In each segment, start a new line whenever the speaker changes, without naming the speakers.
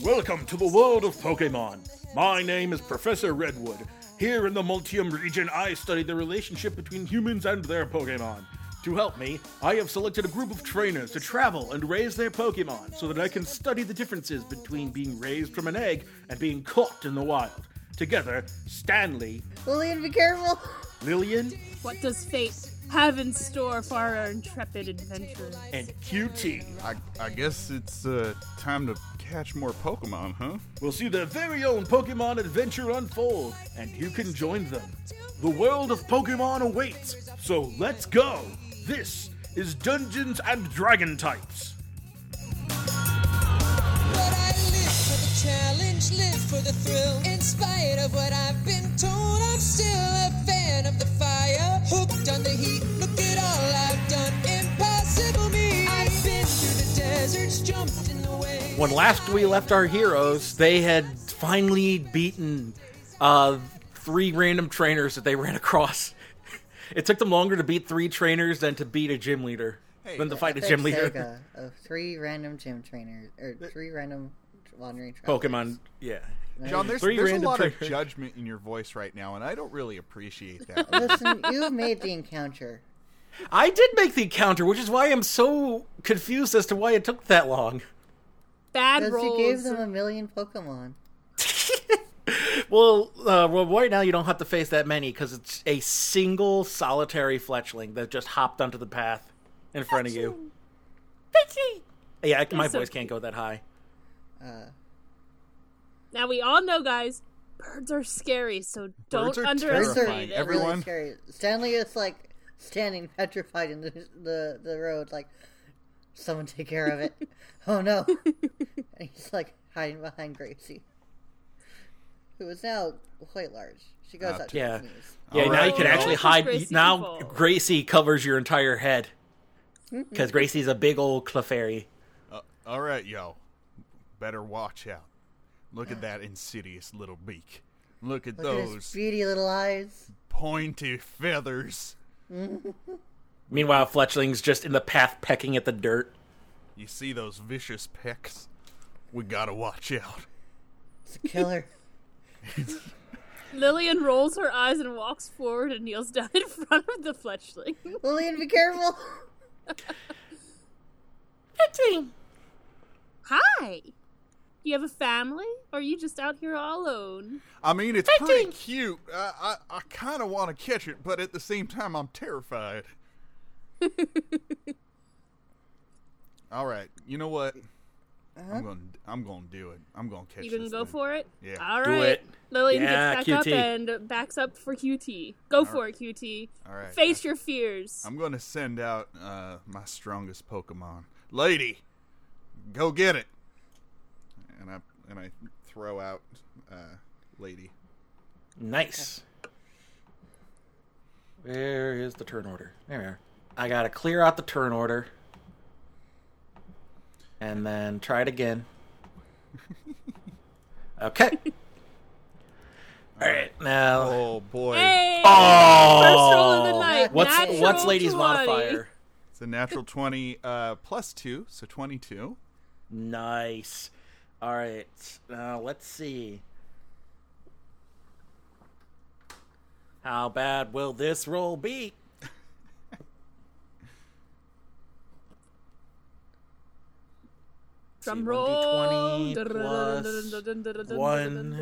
Welcome to the world of Pokemon. My name is Professor Redwood. Here in the Multium region, I study the relationship between humans and their Pokemon. To help me, I have selected a group of trainers to travel and raise their Pokemon so that I can study the differences between being raised from an egg and being caught in the wild. Together, Stanley,
Lillian, be careful.
Lillian,
What does fate have in store for our intrepid adventurers?
and QT.
I, I guess it's uh, time to catch more Pokemon, huh?
will see their very own Pokemon adventure unfold, and you can join them. The world of Pokemon awaits, so let's go! This is Dungeons and Dragon Types.
But I live for the challenge, live for the thrill. In spite of what I've been told, I'm still a fan of the fire. Hooked on the heat, look at all I've done. Impossible me. I've been through the deserts, jumped in the waves.
When last we left our heroes, they had finally beaten uh, three random trainers that they ran across. It took them longer to beat three trainers than to beat a gym leader. than to fight a gym leader.
Sega of three random gym trainers or three random wandering travelers.
Pokemon, yeah.
John, there's,
Three
there's a
random
lot of
triggers.
judgment in your voice right now, and I don't really appreciate that.
Listen, you made the encounter.
I did make the encounter, which is why I'm so confused as to why it took that long.
Bad
Because you gave
rolls.
them a million Pokemon.
Well, uh, well, right now you don't have to face that many because it's a single solitary fletchling that just hopped onto the path in front of you. Yeah, I- my
That's so
voice can't go that high.
uh,
Now we all know, guys, birds are scary, so don't
Birds are
Birds are
underestimate
terrifying.
it.
Every- Everyone-
Really scary. Stanley is like standing petrified in the, the the road, like someone take care of it. oh no! and he's like hiding behind Gracie, who is now quite large. She goes
Not
up to
too-
Yeah.
his knees.
Yeah, now you
Alright.
can actually
Oh,
hide.
Gracie
now
involved.
Gracie covers your entire head because Gracie's a big old Clefairy.
Uh, all right, y'all. Better watch out. Look at that insidious little beak. Look at
Look at his
those
beady little eyes.
pointy feathers.
Meanwhile, Fletchling's just in the path pecking at the dirt.
You see those vicious pecks? We gotta watch out.
It's a killer.
Lillian rolls her eyes and walks forward and kneels down in front of the fletchling.
Lillian, be careful.
Hi! You have a family? Or are you just out here all alone?
I mean, it's pretty cute. I, I, I kind of want to catch it, but at the same time, I'm terrified. All right, you know what? I'm gonna I'm gonna do it. I'm gonna catch.
Uh-huh. You gonna
this
go
thing.
for it?
Yeah.
All
Do
right.
it.
Lillian
Yeah,
gets back
QT.
up and backs up for QT. Go for it, QT.
All right.
Face your fears.
I'm gonna send out uh, my strongest Pokemon, Lady. Go get it. And I and I throw out uh, Lady.
Nice. Where is the turn order? There we are. I gotta clear out the turn order. And then try it again. Okay. Alright, now
Oh boy,
Hey! First roll of the night.
Oh. what's
natural
what's lady's
20.
modifier?
it's a natural twenty uh, plus two, so twenty-two.
Nice. Alright. Now let's see. How bad will this roll be?
Drum
See,
roll.
1d20 plus one.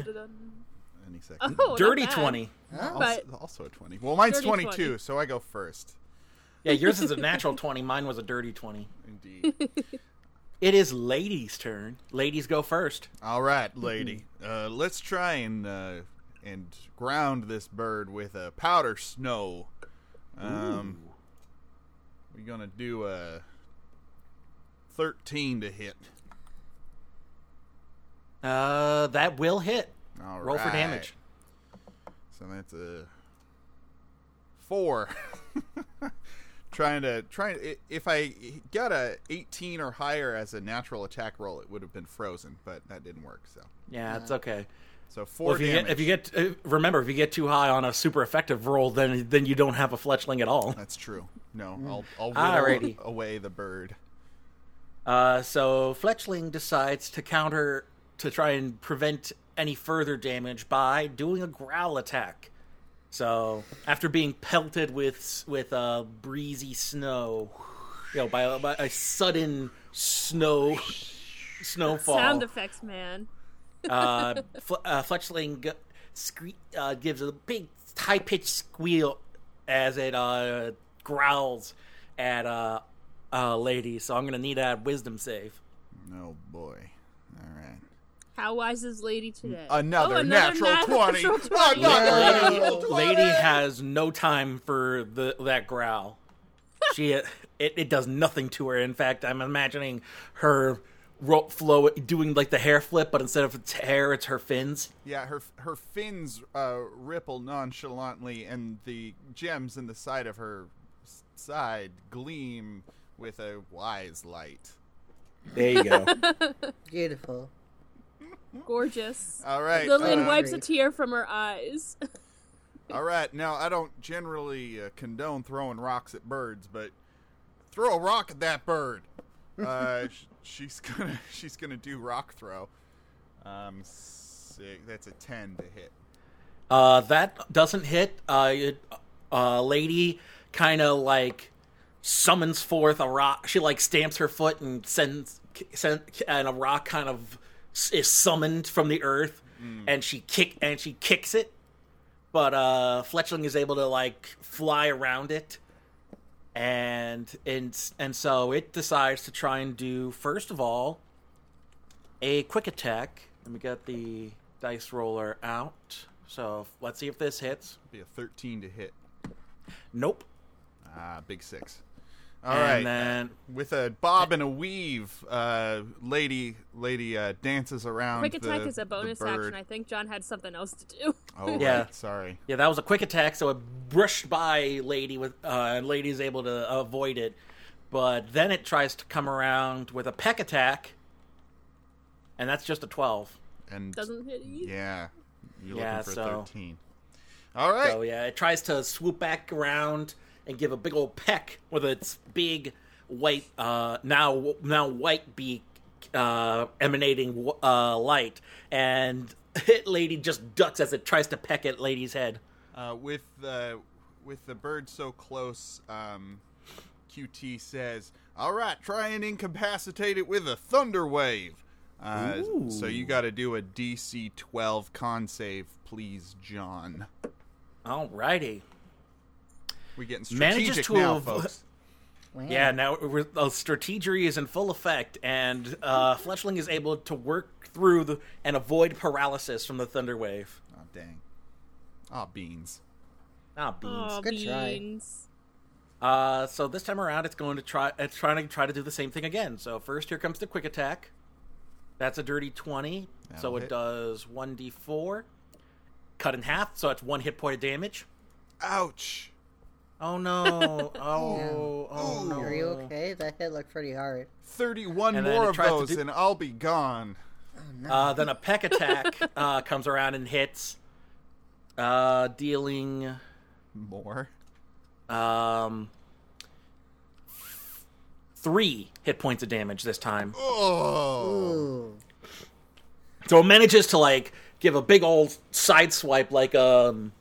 Any second.
Oh,
Dirty
not bad.
20.
Also,
But-
also a 20. Well, mine's
30,
22,
20.
so I go first.
Yeah, yours is a natural 20. Mine was a dirty 20.
Indeed.
It is ladies' turn. Ladies go first.
All right, lady. Uh, let's try and uh, and ground this bird with a powder snow. Um, we're going to do a 13 to hit.
Uh, that will hit.
All right.
Roll for damage.
So that's a 4. trying to trying i- if I got a 18 or higher as a natural attack roll, it would have been frozen, but that didn't work, so
Yeah, it's okay.
So four
Well, if you
damage.
get, if you get, uh, remember, if you get too high on a super effective roll, then then you don't have a fletchling at all. Ah,
That's true. No, I'll I'll whittle
Alrighty.
away the bird.
Uh, so Fletchling decides to counter to try and prevent any further damage by doing a growl attack. So after being pelted with with uh, breezy snow, you know, by, by a sudden snow snowfall,
Sound effects, man.
uh, Fl- uh, Fletchling g- scree- uh, gives a big high pitched squeal as it uh, growls at uh, uh, Lady. So I'm going to need that wisdom save.
No Oh, boy. All right.
How wise is Lady today?
Another,
Oh,
natural,
nat-
20.
natural 20.
Another
Yeah.
natural 20.
Lady has no time for the, that growl. She it, it does nothing to her. In fact, I'm imagining her ro- flow doing like the hair flip, but instead of its hair, it's her fins.
Yeah, her her fins uh, ripple nonchalantly, and the gems in the side of her s- side gleam with a wise light.
There you go.
Beautiful.
Gorgeous.
All right,
Lillian
uh,
wipes a
Great.
tear from her eyes.
all right. Now I don't generally uh, condone throwing rocks at birds, but throw a rock at that bird. Uh, sh- she's gonna she's gonna do rock throw. Um, sick. That's a ten to hit.
Uh, that doesn't hit. Uh, it, uh, lady kind of like summons forth a rock. She like stamps her foot and sends, send, and a rock kind of s- is summoned from the earth, and she kick and she kicks it. But uh, Fletchling is able to like fly around it, and and and so it decides to try and do first of all a quick attack. Let me get the dice roller out. So let's see if this hits.
Be a thirteen to hit.
Nope.
Ah, big six. All right.
and then
with a bob and a weave, uh, lady lady uh, dances around.
Quick attack
the-
is a
the
bonus
bird.
action. I think John had something else to do.
Oh,
Yeah.
right, sorry.
yeah, that was a quick attack, so it brushed by Lady with uh, and Lady's able to avoid it. But then it tries to come around with a peck attack, and that's just a twelve.
And
Doesn't hit you.
yeah, you're
Yeah,
looking for
so-
thirteen. All right.
So yeah, it tries to swoop back around and give a big old peck with its big white uh, now now white beak uh, emanating uh, light, and Hit Lady just ducks as it tries to peck at Lady's head.
Uh, with the with the bird so close, um, QT says, "All right, try and incapacitate it with a thunder wave." Uh, so you got to do a DC 12 con save, please, John.
Alrighty.
We getting
Manages
strategic
to
now,
avo-
folks.
Wow.
Yeah, now we're, uh, strategery is in full effect, and uh, Fletchling is able to work through the, and avoid paralysis from the Thunder Wave.
Oh dang. Ah, beans.
Ah, beans.
Oh,
Good try.
beans.
Uh, so this time around, it's going to try. It's trying to try to do the same thing again. So first, here comes the quick attack. That's a dirty 20
That'll
so it
hit.
does one d four, cut in half. So that's one hit point of damage.
Ouch.
Oh no! Oh, oh no!
Are you okay? That hit looked pretty hard.
31
And then
more
it
of
tries to
those
do-
and I'll be gone.
Uh, then a peck attack uh, comes around and hits, uh, dealing
More.
um, three hit points of damage this time.
Oh.
Ooh.
So it manages to like give a big old side swipe, like um,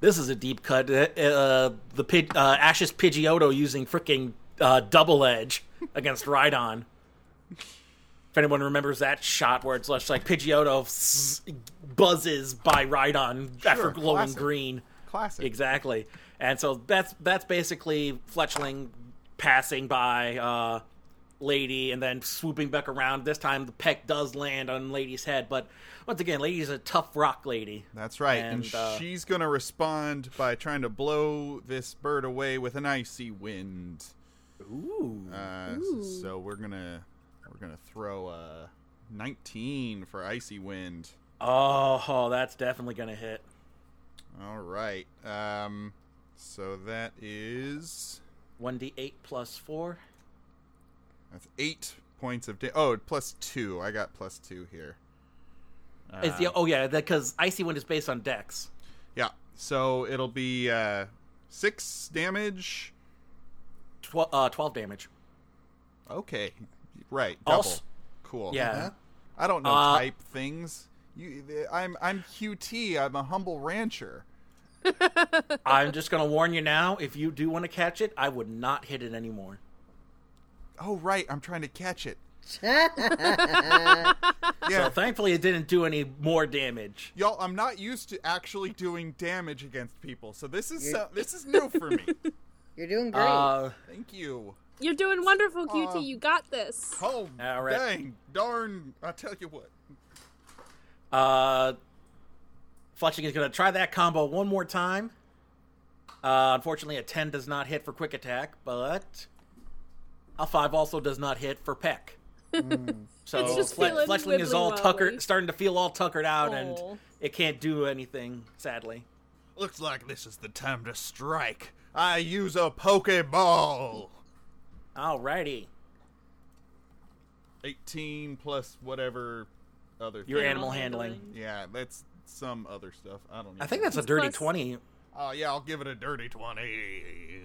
this is a deep cut. Uh, uh, the Pid- uh, Ashes Pidgeotto using freaking uh, double edge against Rhydon. If anyone remembers that shot where it's just like Pidgeotto s- buzzes by Rhydon after glowing
classic.
green.
Classic.
Exactly. And so that's that's basically Fletchling passing by uh, Lady and then swooping back around. This time the peck does land on Lady's head, but once again, Lady's a tough rock lady.
That's right. And,
And, uh,
she's going to respond by trying to blow this bird away with an icy wind.
Ooh.
Uh, s- so we're going to we're going to throw a 19 for icy wind.
Oh, oh, that's definitely gonna hit.
All right. Um so that is
One d eight plus four.
that's 8 points of da- Oh, plus 2. I got plus 2 here.
Is the oh yeah, because icy wind is based on dex.
Yeah. So it'll be uh, six damage.
Twelve, uh, twelve damage.
Okay. Right. Double.
Also-
cool.
Yeah.
Huh? I don't know
Uh,
type things. You, I'm I'm QT. I'm a humble rancher.
I'm just gonna warn you now. If you do want to catch it, I would not hit it anymore.
Oh right, I'm trying to catch it.
So
Yeah,
thankfully, it didn't do any more damage.
y'all. I'm not used to actually doing damage against people, so this is so, this is new for me.
You're doing great.
Uh,
Thank you.
You're doing wonderful, QT.
Aw.
you got this.
Oh
All right.
dang, darn! I tell you what.
uh, Fletching is gonna try that combo one more time. Uh, unfortunately, a ten does not hit for quick attack, but a five also does not hit for peck. So
Mm. It's just
Fle-
feeling
Fletchling is all
wibbly-wobbly.
tuckered, starting to feel all tuckered out,
Aw.
and it can't do anything. Sadly.
Looks like this is the time to strike. I use a Pokeball.
Alrighty,
18 plus whatever other.
your
thing.
animal handling.
Yeah, that's some other stuff. I don't. Even
I think that's a dirty
plus-
twenty.
Oh yeah, I'll give it a dirty twenty.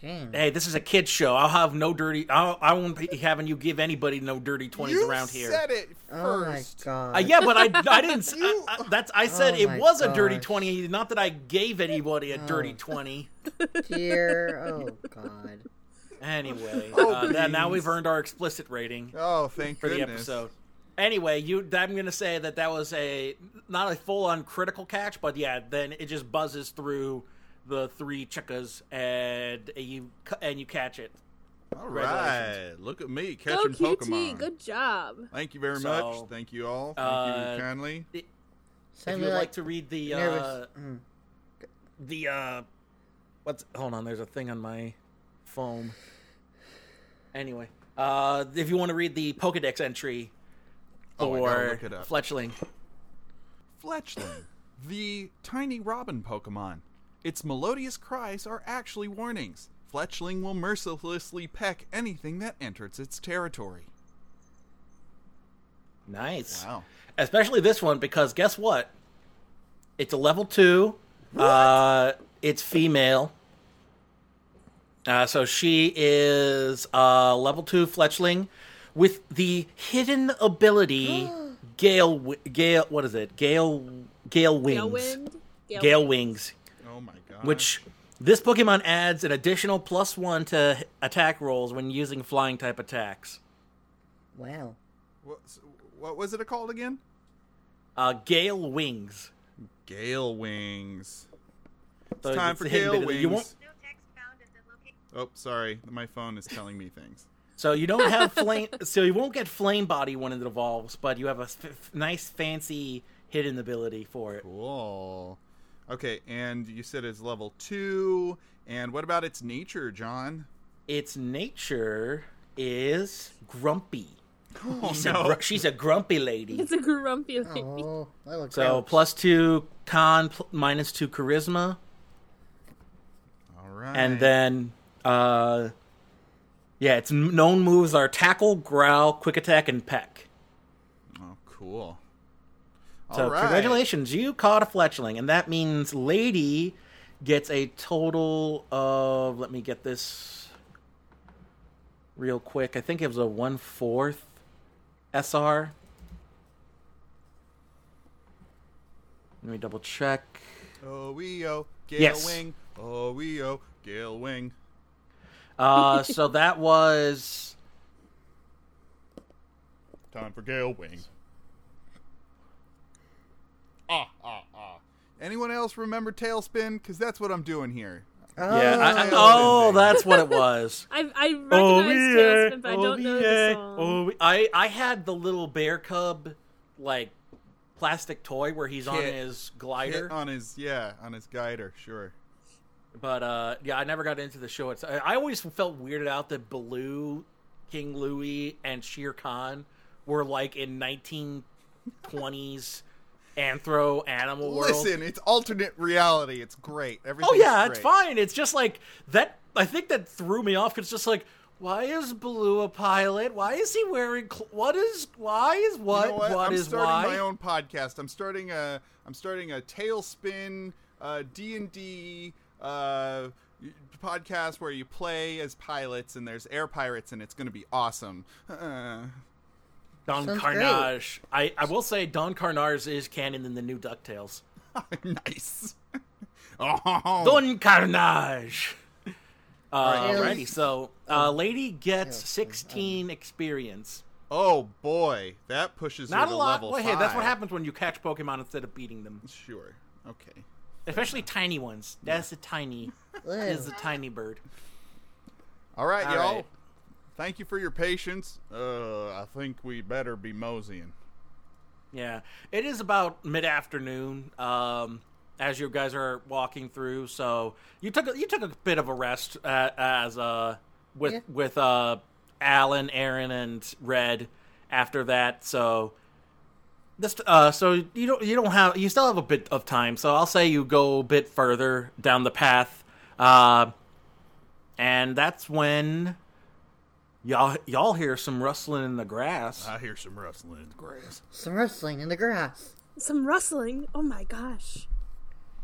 Damn.
Hey, this is a kids show. I'll have no dirty. I'll, I won't be having you give anybody no dirty twenties
you
around here.
said it
Oh my
first.
god.
Uh, yeah, but I, I didn't. s- I- I- that's I said
Oh
it
my
was a dirty
gosh.
twenty, not that I gave anybody a dirty
Oh.
twenty.
Dear. Oh god.
Anyway,
Oh,
uh, now- now
please.
we've earned our explicit rating
Oh, thank
for
goodness.
the episode. Anyway, you. I'm gonna say that that was a not a full on critical catch, but yeah, then it just buzzes through the three chickas and you cu- and you catch it.
All right,
Congratulations.
look at me
Go,
catching
QT.
Pokemon.
Good job.
Thank you very
So,
much. Thank you all. Thank
uh,
you kindly.
If
Suddenly,
you'd like to read the
nervous.
uh,
Mm.
the uh what's hold on there's a thing on my phone anyway uh if you want to read the pokedex entry
Oh, I gotta
or
look it up.
fletchling
Fletchling, the tiny robin Pokemon. Its melodious cries are actually warnings. Fletchling will mercilessly peck anything that enters its territory.
nice
Wow.
especially this one because guess what it's a level two uh it's female uh so she is uh level two fletchling with the hidden ability gale Wi- gale what is it gale gale wings
Gale wind.
Gale Uh-huh. Wings,
Oh my god.
which this Pokemon adds an additional plus one to h- attack rolls when using flying type attacks.
Wow.
what, what was it called again?
Uh, Gale Wings.
Gale wings.
So
It's time
the
for
hidden
Gale
bit of the-
wings.
You won't-
No text found at the location.
Oh, sorry, my phone is telling me things.
so you don't have flame. so you won't get Flame Body when it evolves, but you have a f- f- nice fancy hidden ability for it.
Cool. Okay, and you said it's level two. And what about its nature, John?
Its nature is grumpy.
Oh
She's, a, gr- she's a grumpy lady.
It's a grumpy lady.
Oh, that looks
So
gross.
plus two con, pl- minus two charisma.
All right.
and then uh yeah its known moves are tackle growl quick attack and peck
Oh, cool.
so
All right.
congratulations you caught a fletchling and that means lady gets a total of let me get this real quick i think it was a one fourth sr let me double check
Oh, we oh, Gale
Yes.
Wing. Oh, we oh, Gale Wing.
uh so that was
Time for Gale Wing. Ah, ah, ah. Anyone else remember Tailspin? Because that's what I'm doing here.
yeah I-
Tailspin
I- oh
thing.
that's what it was
I, I recognize
Oh yeah!
Tailspin, but I don't know the song.
Oh, we- I I had the little bear cub like plastic toy where he's on
Kit.
his
Hit
glider,
on his yeah, on his guider, sure.
but uh, yeah, I never got into the show. It's, I, I always felt weirded out that Baloo, King Louie, and Shere Khan were like in 1920s anthro animal world.
Listen, it's alternate reality. It's great. Everything.
Oh yeah,
great.
it's fine. It's just like that. I think that threw me off. 'cause It's just like, why is Blue a pilot? Why is he wearing? Cl- what is? Why is
You
what?
know what?
what
I'm
is
starting
why?
my own podcast. I'm uh, starting a I'm starting a Tailspin D and D uh, podcast where you play as pilots and there's air pirates and it's going to be awesome. Uh,
Don
Sounds
Carnage. I, I will say Don Carnage is canon in the new DuckTales.
nice. oh,
Don Carnage. Uh,
Alright.
Alrighty, so uh, Lady gets
Yeah,
16 experience.
oh boy, that pushes
Not
her
a
to
lot.
level
Well, hey, that's what
five.
happens when you catch Pokemon instead of beating them,
Sure. Okay.
especially tiny ones. That's a tiny. is a
Ew.
tiny bird.
All right,
All
y'all.
right.
Thank you for your patience. Uh, I think we better be moseying.
Yeah, it is about mid afternoon um, as you guys are walking through. So you took a, you took a bit of a rest uh, as uh, with
Yeah.
with uh, Alan, Aaron, and Red after that. So this uh, so you don't you don't have you still have a bit of time. So I'll say you go a bit further down the path, uh, and that's when. Y'all, y'all hear some rustling in the grass.
I hear some rustling in the grass.
Some rustling in the grass.
Some rustling. Oh my gosh.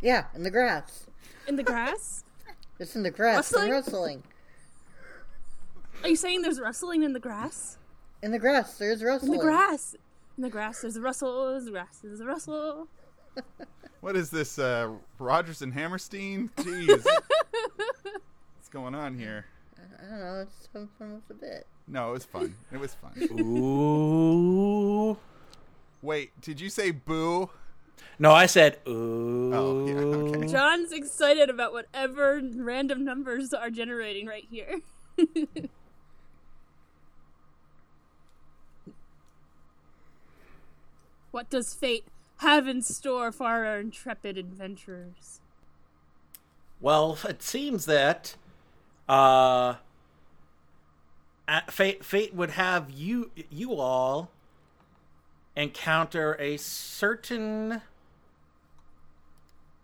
Yeah, in the grass.
In the grass?
It's in the grass. Some
Rustling?
rustling.
Are you saying there's rustling in the grass?
In the grass, there's
In
rustling.
the grass. In the grass, there's a rustle. There's a grass. There's a rustle.
What is this, uh, Rogers and Hammerstein? Jeez. What's going on here?
I don't know, it's something with a bit.
No, it was fun. It was fun.
Ooh.
Wait, did you say boo?
No, I said ooh.
Oh, yeah, okay.
John's excited about whatever random numbers are generating right here. what does fate have in store for our intrepid adventurers?
Well, it seems that uh, uh, fate fate would have you you all encounter a certain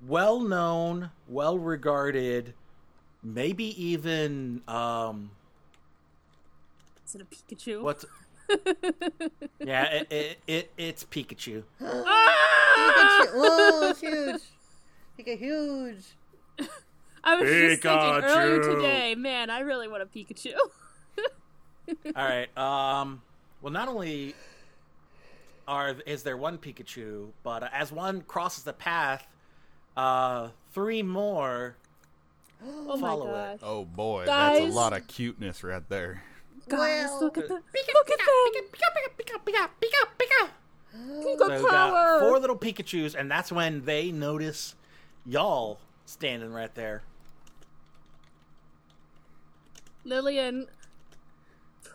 well-known, well-regarded, maybe even um
Is it a Pikachu?
what yeah, it, it, it it's Pikachu.
Look at you- Whoa, it's huge. Like a huge.
I was just thinking earlier
Pikachu.
today, man, I really want a Pikachu.
All right. Um. Well, not only are is there one Pikachu, but uh, as one crosses the path, uh, three more.
Oh
Follow
my
it.
gosh.
Oh boy, that's
Guys.
a lot of cuteness right there.
Guys,
Well,
look at the look at them. Pika
So we got four
power.
little Pikachu's, and that's when they notice y'all standing right there.
Lillian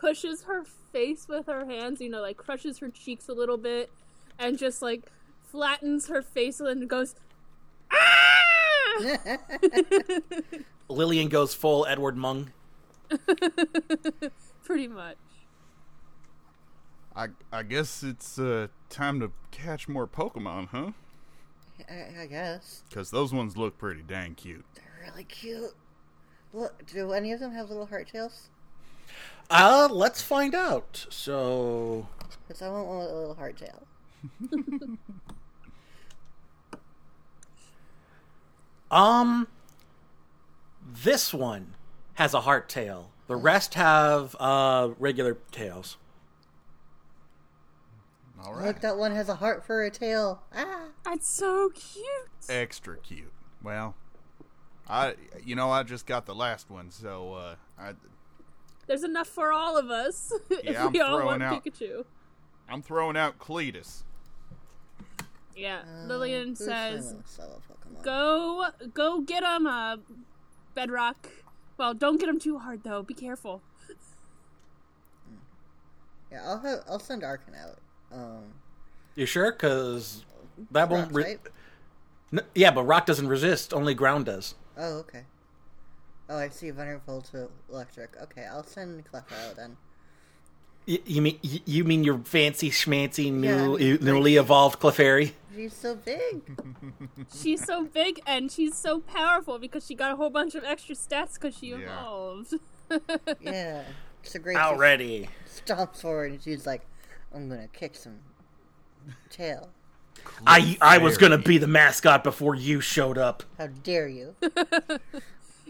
pushes her face with her hands, you know, like crushes her cheeks a little bit, and just like flattens her face and goes, ah!
Lillian goes full Edward Mung.
Pretty much.
I I guess it's uh, time to catch more Pokemon, huh?
I, I guess.
Because those ones look pretty dang cute.
They're really cute. Look, do any of them have little heart tails?
Uh, let's find out. So,
Because I want one with a little heart tail.
um, this one has a heart tail. The rest have uh regular tails.
All right,
Look, that one has a heart for a tail. Ah!
That's so cute.
extra cute. Well, I you know I just got the last one, so uh, I
There's enough for all of us if
Yeah, I'm
we all
throwing
want
out-
Pikachu.
I'm throwing out Cletus.
Yeah. Lillian
Who's
says,
gonna sell a Pokemon?
"Go, go get him a bedrock. Well, don't get him too hard though. Be careful."
Yeah, I'll have, I'll send Arkan out. Um,
You sure? Because that
rock
won't. Re-
type?
N- yeah, but rock doesn't resist. Only ground does.
Oh, okay. Oh, I see. Vulnerable to electric. Okay, I'll send Cleffa out then.
Y- you mean y- you mean your fancy schmancy
Yeah, I
new
mean,
e- newly evolved Clefairy?
She's so big.
She's so big and she's so powerful because she got a whole bunch of extra stats because she
Yeah.
evolved.
yeah, it's a great.
Already.
She stomps forward and she's like, "I'm gonna kick some tail.
I I was gonna be the mascot before you showed up.
How dare you?"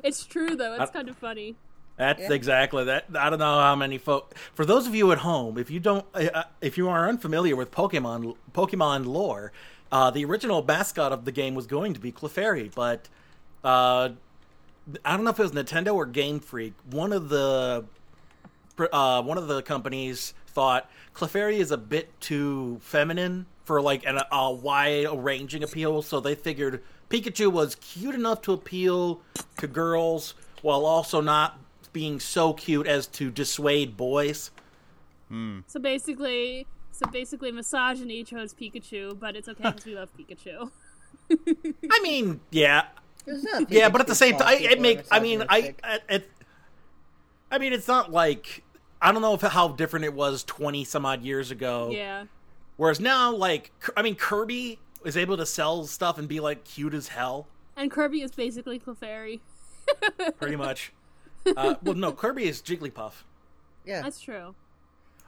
It's true though. It's
I-
kind of funny.
That's exactly that. I don't know how many folk. For those of you at home, if you don't, uh, uh, if you are unfamiliar with Pokemon Pokemon lore, uh, the original mascot of the game was going to be Clefairy, but uh, I don't know if it was Nintendo or Game Freak. One of the uh, one of the companies thought Clefairy is a bit too feminine for like an, a wide ranging appeal, so they figured Pikachu was cute enough to appeal to girls while also not being so cute as to dissuade boys.
So basically, so basically, misogyny chose Pikachu, but it's okay because we love Pikachu.
I mean, yeah,
There's not
yeah, but at the
Pikachu
same
calls
time, I- it
people
make. I mean, I,
misogynistic.
I, it, I mean, it's not like I don't know if how different it was twenty some odd years ago.
Yeah,
Whereas now, like, K- I mean, Kirby is able to sell stuff and be like cute as hell,
and Kirby is basically Clefairy.
pretty much. uh, well, no, Kirby is Jigglypuff.
yeah,
That's true.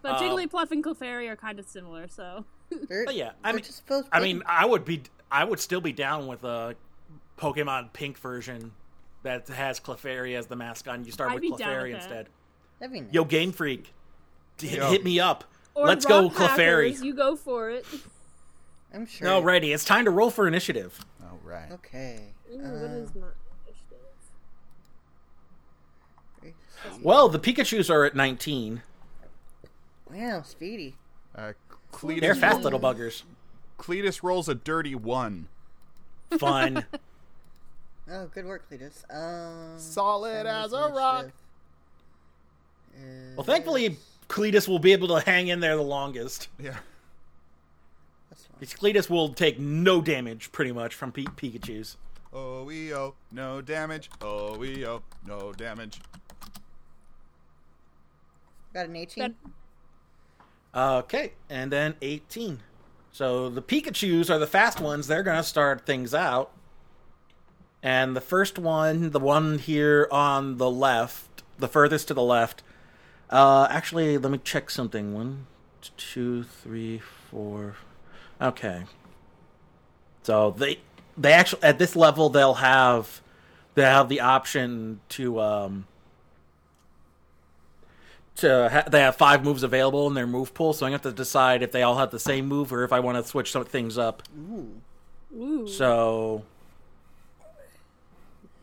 But
Um,
Jigglypuff and Clefairy are kind of similar, so
they're,
But yeah, I
they're
mean,
just both
I
big.
mean, I would be, I would still be down with a Pokemon Pink version that has Clefairy as the mascot. and You start
I'd
with
be down
Clefairy
with that.
instead.
That'd be nice.
Yo, Game Freak, d- hit-
Yo.
hit me up.
or
Let's
Rock
go, Clefairy.
Hackers, You go for it.
I'm sure.
Alrighty, it's time to roll for initiative.
All right.
Okay.
what is
Well, the Pikachu's are at 19.
Wow, speedy.
Uh,
They're
Cletus,
fast little buggers.
Cletus rolls a dirty one.
Fun.
Oh, good work, Cletus. Um,
Solid as a
initiative.
rock.
Uh,
Well, thankfully, Cletus will be able to hang in there the longest.
Yeah.
that's fine.
Because Cletus will take no damage, pretty much, from P- Pikachu's.
Oh, we oh, no damage. Oh, we oh, no damage.
Got an 18.
That-
Okay, and then 18. So the Pikachu's are the fast ones. They're going to start things out. And the first one, the one here on the left, the furthest to the left. Uh, actually, let me check something. One, two, three, four. Okay. So they they actually at this level they'll have they have the option to um to ha- they have five moves available in their move pool, so I have to decide if they all have the same move or if I want to switch some things up.
Ooh,
So,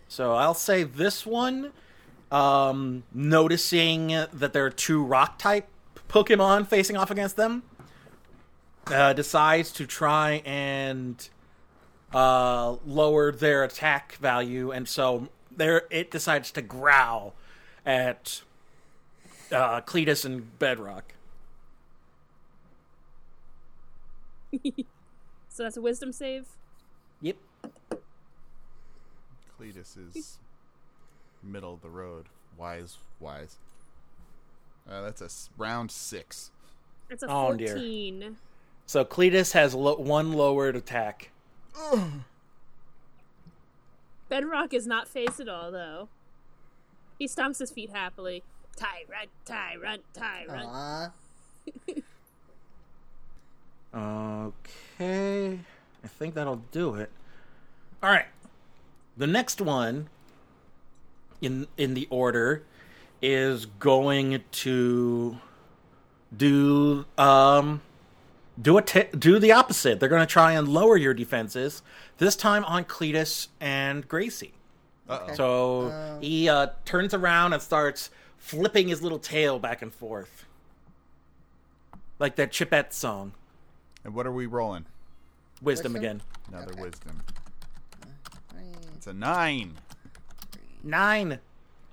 so I'll say this one. Um, noticing that there are two rock type Pokemon facing off against them, uh, decides to try and uh, lower their attack value, and so there it decides to growl at uh, Cletus and Bedrock.
so that's a wisdom save.
Yep.
Cletus is middle of the road. Wise, wise. Uh, that's a s- round six.
It's a
Oh, dear.
fourteen.
So Cletus has lo- one lowered attack.
Bedrock is not phased at all, though. He stomps his feet happily. Tyrant, tyrant, tyrant.
Aw.
Okay. I think that'll do it. All right. The next one in in the order is going to do um do a t- do the opposite. They're going to try and lower your defenses this time on Cletus and Gracie.
Uh-oh.
So he uh, turns around and starts flipping his little tail back and forth, like that Chipette song.
And what are we rolling?
Wisdom
Wisdom?
again.
Another wisdom. It's a nine.
Nine.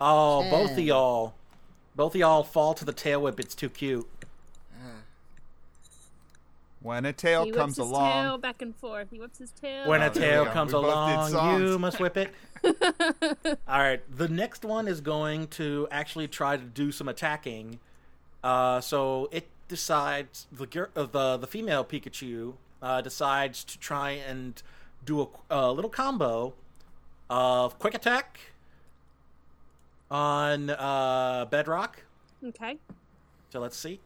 Oh, both of
Ten.
y'all. Both of y'all fall to the tail whip. It's too cute.
When a tail
He whips
comes
his
along.
tail back and forth. He whips his tail.
When
Oh,
a
there we
tail
go.
comes
We both did
along,
songs.
you must whip it. All right. The next one is going to actually try to do some attacking. Uh, so it decides the gir- uh, the the female Pikachu uh, decides to try and do a, qu- a little combo of quick attack on uh, Bedrock.
okay,
So let's see.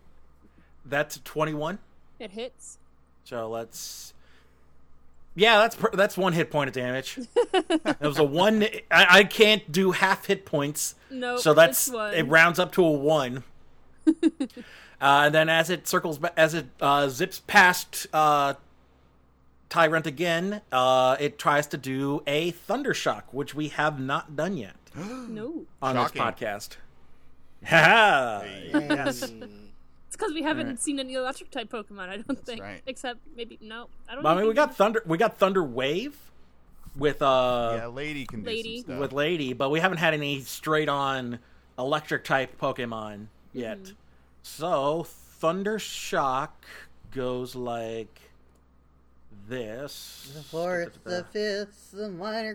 That's a 21.
it hits.
So let's. Yeah, that's per- that's one hit point of damage. That was a one. I, I can't do half hit points.
Nope,
So that's
Oh, it's one.
it. Rounds up to a one. uh, and then as it circles, ba- as it uh, zips past uh, Tyrant again, uh, it tries to do a Thunder Shock, which we have not done yet
No,
on
Shocking.
this podcast. Ha! yes.
it's because we haven't seen any electric type Pokemon. I don't think.
right.
Except maybe no. I don't.
I mean,
think
we got Thunder. We got Thunder Wave with uh
yeah, lady can do
Lady.
some stuff.
with Lady, but we haven't had any straight on electric type Pokemon yet. So Thunder Shock goes like this.
The fourth, the fifth, the minor
Thunder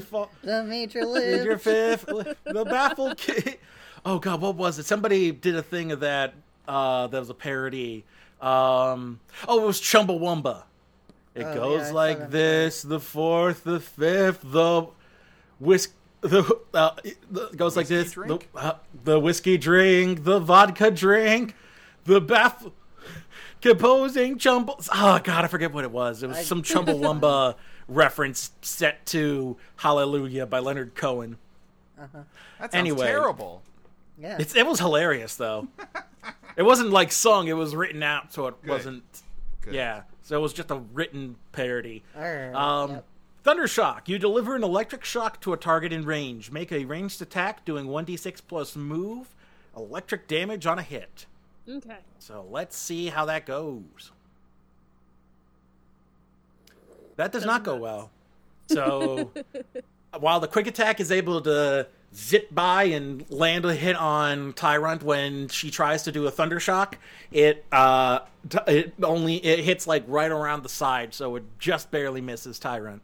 chord,
Fall-
the major
Is your
lift.
fifth the baffled kid oh god what was it somebody did a thing of that uh that was a parody um oh it was chumbawamba
Oh,
it
yeah, I
goes
saw that
like
movie.
this the fourth the fifth the whisk the uh, the- it goes like
Whiskey
this
drink?
The, uh, the whiskey drink the vodka drink the baff composing chumble oh god i forget what it was it was some chumbawamba reference set to hallelujah by leonard cohen
That sounds
Anyway.
terrible.
Yeah.
it's, it was hilarious though it wasn't like sung it was written out so it wasn't
Good.
yeah so it was just a written parody
Arr,
Um,
yep.
Thunder Shock. You deliver an electric shock to a target in range. Make a ranged attack doing 1d6 plus move, electric damage on a hit.
we got. Okay.
So let's see how that goes. That does not go well. So while the quick attack is able to zip by and land a hit on Tyrant when she tries to do a thunder shock, it uh t- it only it hits like right around the side, so it just barely misses Tyrant.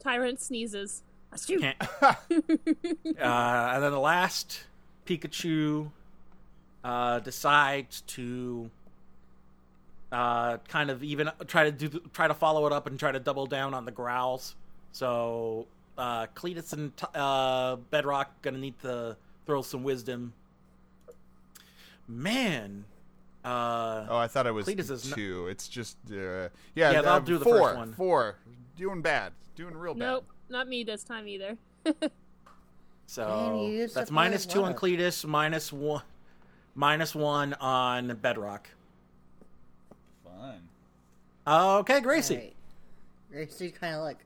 Tyrant sneezes. Achoo.
Can't. uh, and then the last Pikachu uh, decides to uh, kind of even try to do try to follow it up and try to double down on the growls. So uh, Cletus and T- uh, Bedrock gonna need to throw some wisdom. Man, uh,
Oh, I thought it was
Cletus is not-
two. It's just uh, yeah.
Yeah,
uh,
I'll do the
four,
first one.
Four. Doing bad. Doing real bad.
Nope, not me this time either.
Man, you
so
used
that's
up
minus
my
two on
luck.
Cletus, minus one, minus one on Bedrock.
Fun.
Okay, Gracie.
Right. Gracie kind of like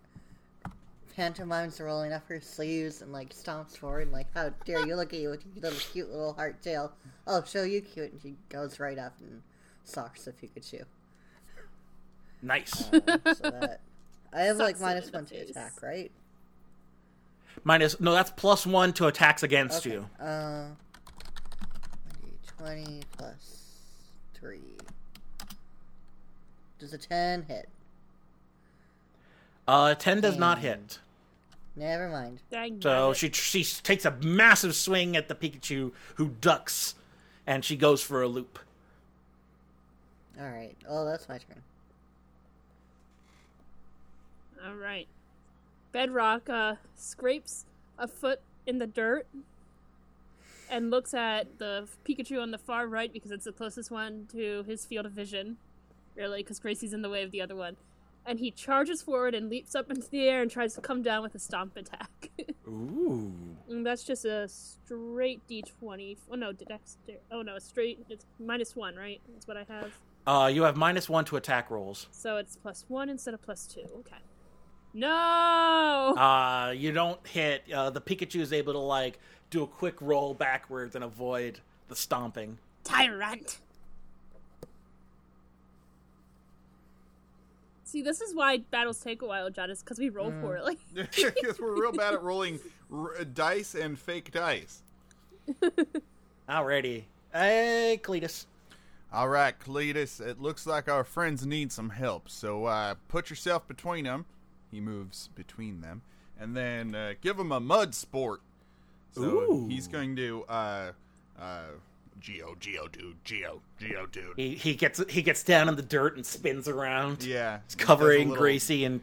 pantomimes rolling up her sleeves and like stomps forward and like, how dare you look at you with your little cute little heart tail. I'll show you cute. And she goes right up and socks the Pikachu.
Nice.
So that I have like
Socks it
minus
in the
one to
face.
attack, right?
Minus no, that's plus one to attacks against you.
Uh, 20 plus 3. Does a 10 hit?
Uh, ten does not hit.
Never mind.
Dang.
So
nabbit.
she she takes a massive swing at the Pikachu, who ducks, and she goes for a loop.
Alright. Oh, that's my turn.
All right. Bedrock uh, scrapes a foot in the dirt and looks at the Pikachu on the far right because it's the closest one to his field of vision, really, because Gracie's in the way of the other one. And he charges forward and leaps up into the air and tries to come down with a stomp attack.
Ooh.
and that's just a straight d20. Oh no, dexter. Oh no, it's straight. It's minus one, right? That's what I have.
Uh, you have minus one to attack rolls.
So it's plus one instead of plus two. Okay. No!
Uh, you don't hit. Uh, the Pikachu is able to like do a quick roll backwards and avoid the stomping.
tyrant. See, this is why battles take a while, Jadis, because we roll
Mm.
poorly.
Because we're real bad at rolling r- dice and fake dice.
Alrighty. Hey, Cletus.
All right, Cletus. It looks like our friends need some help, so uh, put yourself between them. He moves between them, and then uh, give him a mud sport. So
Ooh.
he's going to uh, uh, geo geo dude geo geo dude.
He he gets he gets down in the dirt and spins around,
Yeah, it's
covering Gracie and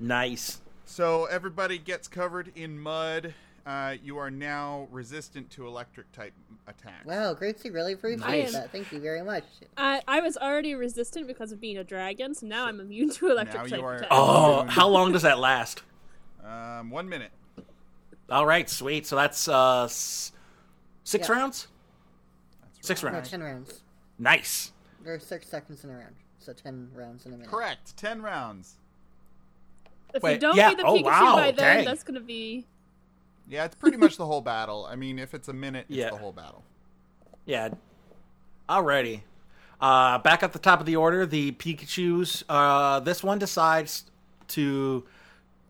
nice.
So everybody gets covered in mud. Uh, you are now resistant to electric type attacks.
Wow, Gracie really appreciates
Nice.
that. Thank you very much.
I, I was already resistant because of being a dragon, so now I'm immune to electric
Now you
type
are-
attacks.
Oh.
Oh, how long does that last?
uh, Um, one minute.
All right, sweet. So that's uh, s- six
Yeah.
rounds. Six
No,
rounds.
ten rounds.
Nice.
There's six seconds in a round, so ten rounds in a minute.
Correct. Ten rounds.
If
Wait,
you don't
yeah,
beat the
oh,
Pikachu
wow,
by then,
dang.
that's gonna be
Yeah, it's pretty much the whole battle. I mean, if it's a minute, it's
Yeah.
the whole battle.
Yeah. Alrighty. Uh, back at the top of the order, the Pikachu's. Uh, this one decides to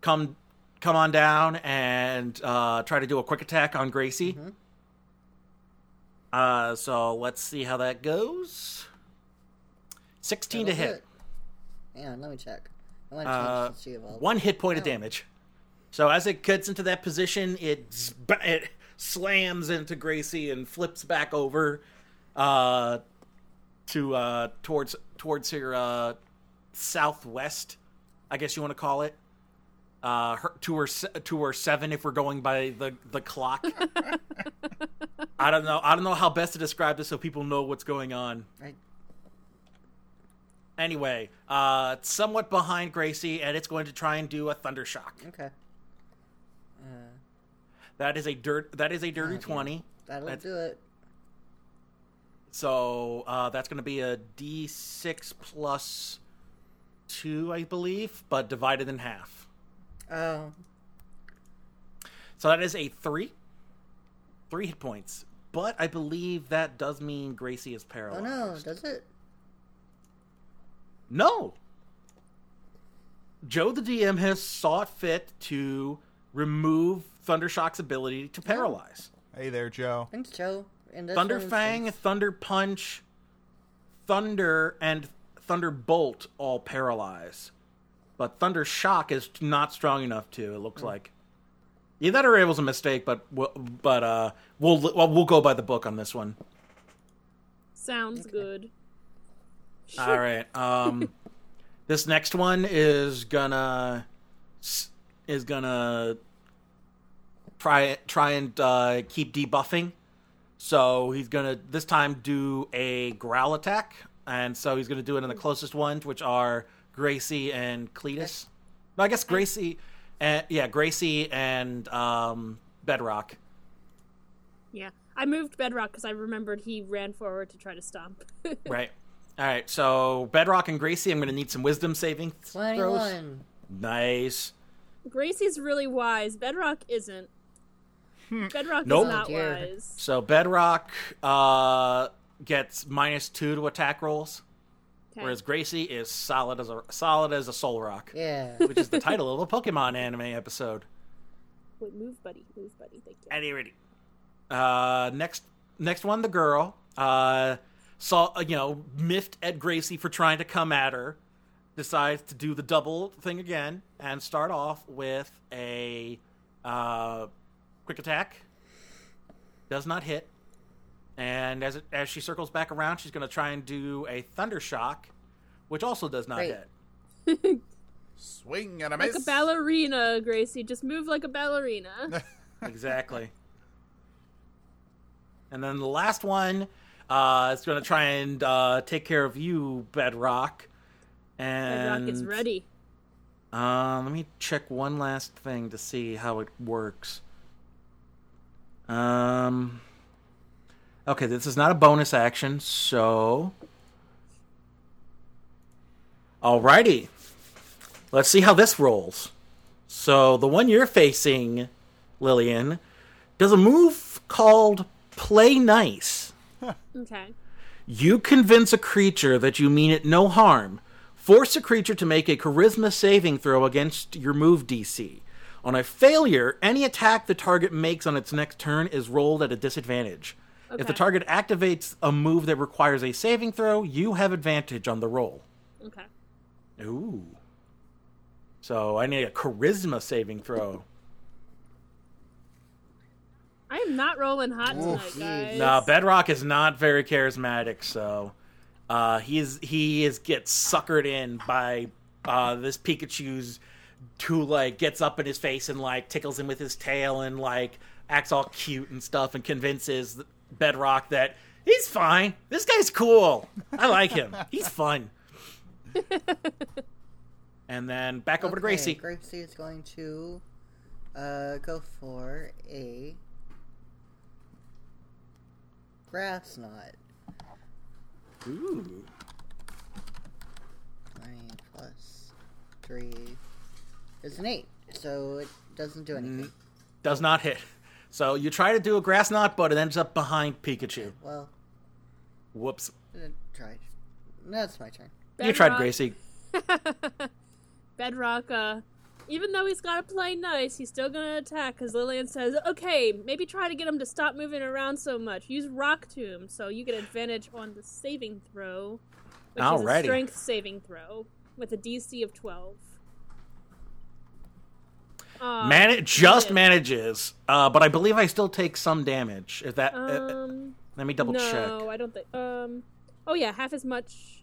come come on down and uh, try to do a quick attack on Gracie. Uh, so let's see how that goes. 16 to
That'll do
hit.
it. Hang on, let me check. I want to change
Uh,
since she evolved. Oh.
one hit point of
Ow.
damage. So as it gets into that position, it s- ba- it slams into Gracie and flips back over uh, to uh, towards towards her uh, southwest, I guess you want to call it. Uh, her, to her se- to her seven, if we're going by the the clock. I don't know. I don't know how best to describe this so people know what's going on.
I,
Anyway, uh, it's somewhat behind Gracie, and it's going to try and do a thunder shock.
okay,
That is a dirt. That is a dirty
Oh,
twenty.
that'll
That's-
do it.
So uh, that's going to be a D six plus two, I believe, but divided in half.
Oh,
So that is a three, three hit points. But I believe that does mean Gracie is
oh
paralyzed.
no, does it?
No. Joe the DM has sought fit to remove Thundershock's ability to paralyze.
Hey there, Joe.
Thanks, Joe. And this
Thunder
one's-
Fang, Thunder Punch, Thunder, and Thunderbolt all paralyze. But Thunder Shock is not strong enough to. It looks like. Yeah, that or it was a mistake, but we'll, but uh, we'll well, we'll go by the book on this one.
sounds good.
All right. Um, this next one is gonna s- is gonna try try and uh, keep debuffing. So he's gonna this time do a growl attack, and so he's gonna do it on the closest ones, which are Gracie and Cletus. No, I guess Gracie, and yeah, Gracie and um, Bedrock.
Yeah, I moved Bedrock because I remembered he ran forward to try to stomp.
Right. All right. So Bedrock and Gracie, I'm gonna need some wisdom saving th- throws.
Twenty-one.
Nice.
Gracie's really wise. Bedrock isn't. Bedrock
Hmm. Nope.
is not
Oh, dear.
wise.
So Bedrock uh, gets minus two to attack rolls,
Okay.
whereas Gracie is solid as a solid as a soul rock,
Yeah.
which is the title of a Pokemon anime episode.
Wait, move, buddy. Move, buddy. Thank you.
Anyway, uh, next next one, the girl uh, saw uh, you know miffed at Gracie for trying to come at her, decides to do the double thing again and start off with a uh, quick attack. Does not hit, and as it, as she circles back around, she's going to try and do a thunder shock, which also does not
Great.
hit.
Swing and a
Like
miss.
a ballerina, Gracie. Just move like a ballerina.
Exactly. And then the last one uh, is going to try and uh, take care of you, Bedrock. And
Bedrock is ready.
Uh, let me check one last thing to see how it works. Um. Okay, this is not a bonus action, so. Alrighty. Let's see how this rolls. So, the one you're facing, Lillian, does a move called Play Nice.
Okay.
You convince a creature that you mean it no harm. Force a creature to make a charisma saving throw against your move DC. On a failure, any attack the target makes on its next turn is rolled at a disadvantage. If the
Okay.
target activates a move that requires a saving throw, you have advantage on the roll.
Okay.
Ooh. So I need a charisma saving throw.
I am not rolling hot tonight, guys.
Nah, Bedrock is not very charismatic, so uh, he is he is gets suckered in by uh, this Pikachu's who like gets up in his face and like tickles him with his tail and like acts all cute and stuff and convinces Bedrock that he's fine. This guy's cool. I like him. He's fun. and then back over to
Okay,
Gracie.
Gracie is going to Uh, go for a grass knot.
Ooh.
I mean, plus three is an eight, so it doesn't do anything.
Mm-hmm. Does not hit. So you try to do a grass knot, but it ends up behind Pikachu.
Well,
Whoops.
I tried. That's my turn.
You tried,
Bedrock-
Gracie.
Bedrock, uh, even though he's got to play nice, he's still going to attack because Lillian says, okay, maybe try to get him to stop moving around so much. Use Rock Tomb, so you get advantage on the saving throw, which is
Alrighty.
a strength saving throw with a DC of 12. Um,
Man, it just
yeah.
manages. Uh, but I believe I still take some damage. If that, uh, uh,
um,
let me double
no,
check.
I don't think. Um, oh, yeah, half as much.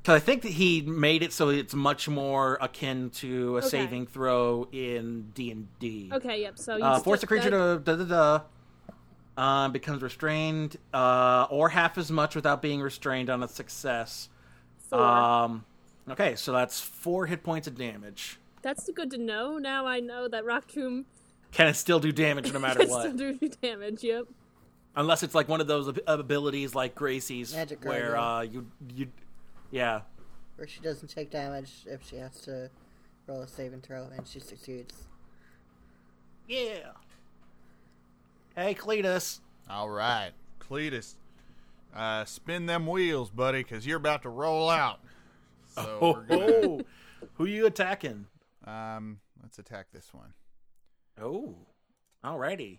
Because I think that he made it so it's much more akin to a
Okay.
saving throw in D and D.
Okay, yep. So you
Uh,
still-
force a creature
that-
to da da da. Uh, becomes restrained, uh, or half as much without being restrained on a success.
four.
Um, okay, so that's four hit points of damage.
That's good to know. Now I know that Rock Tomb
Can it still do damage no matter
can still
what?
do damage. Yep.
Unless it's like one of those ab- abilities like Gracie's,
Magic
where
Garden.
uh, you you, yeah,
Where she doesn't take damage if she has to roll a saving throw, and she succeeds.
yeah. Hey, Cletus.
All right, Cletus, uh, spin them wheels, buddy, because you're about to roll out. So we're gonna,
Oh, who you attacking?
um, let's attack this one.
Oh, alrighty.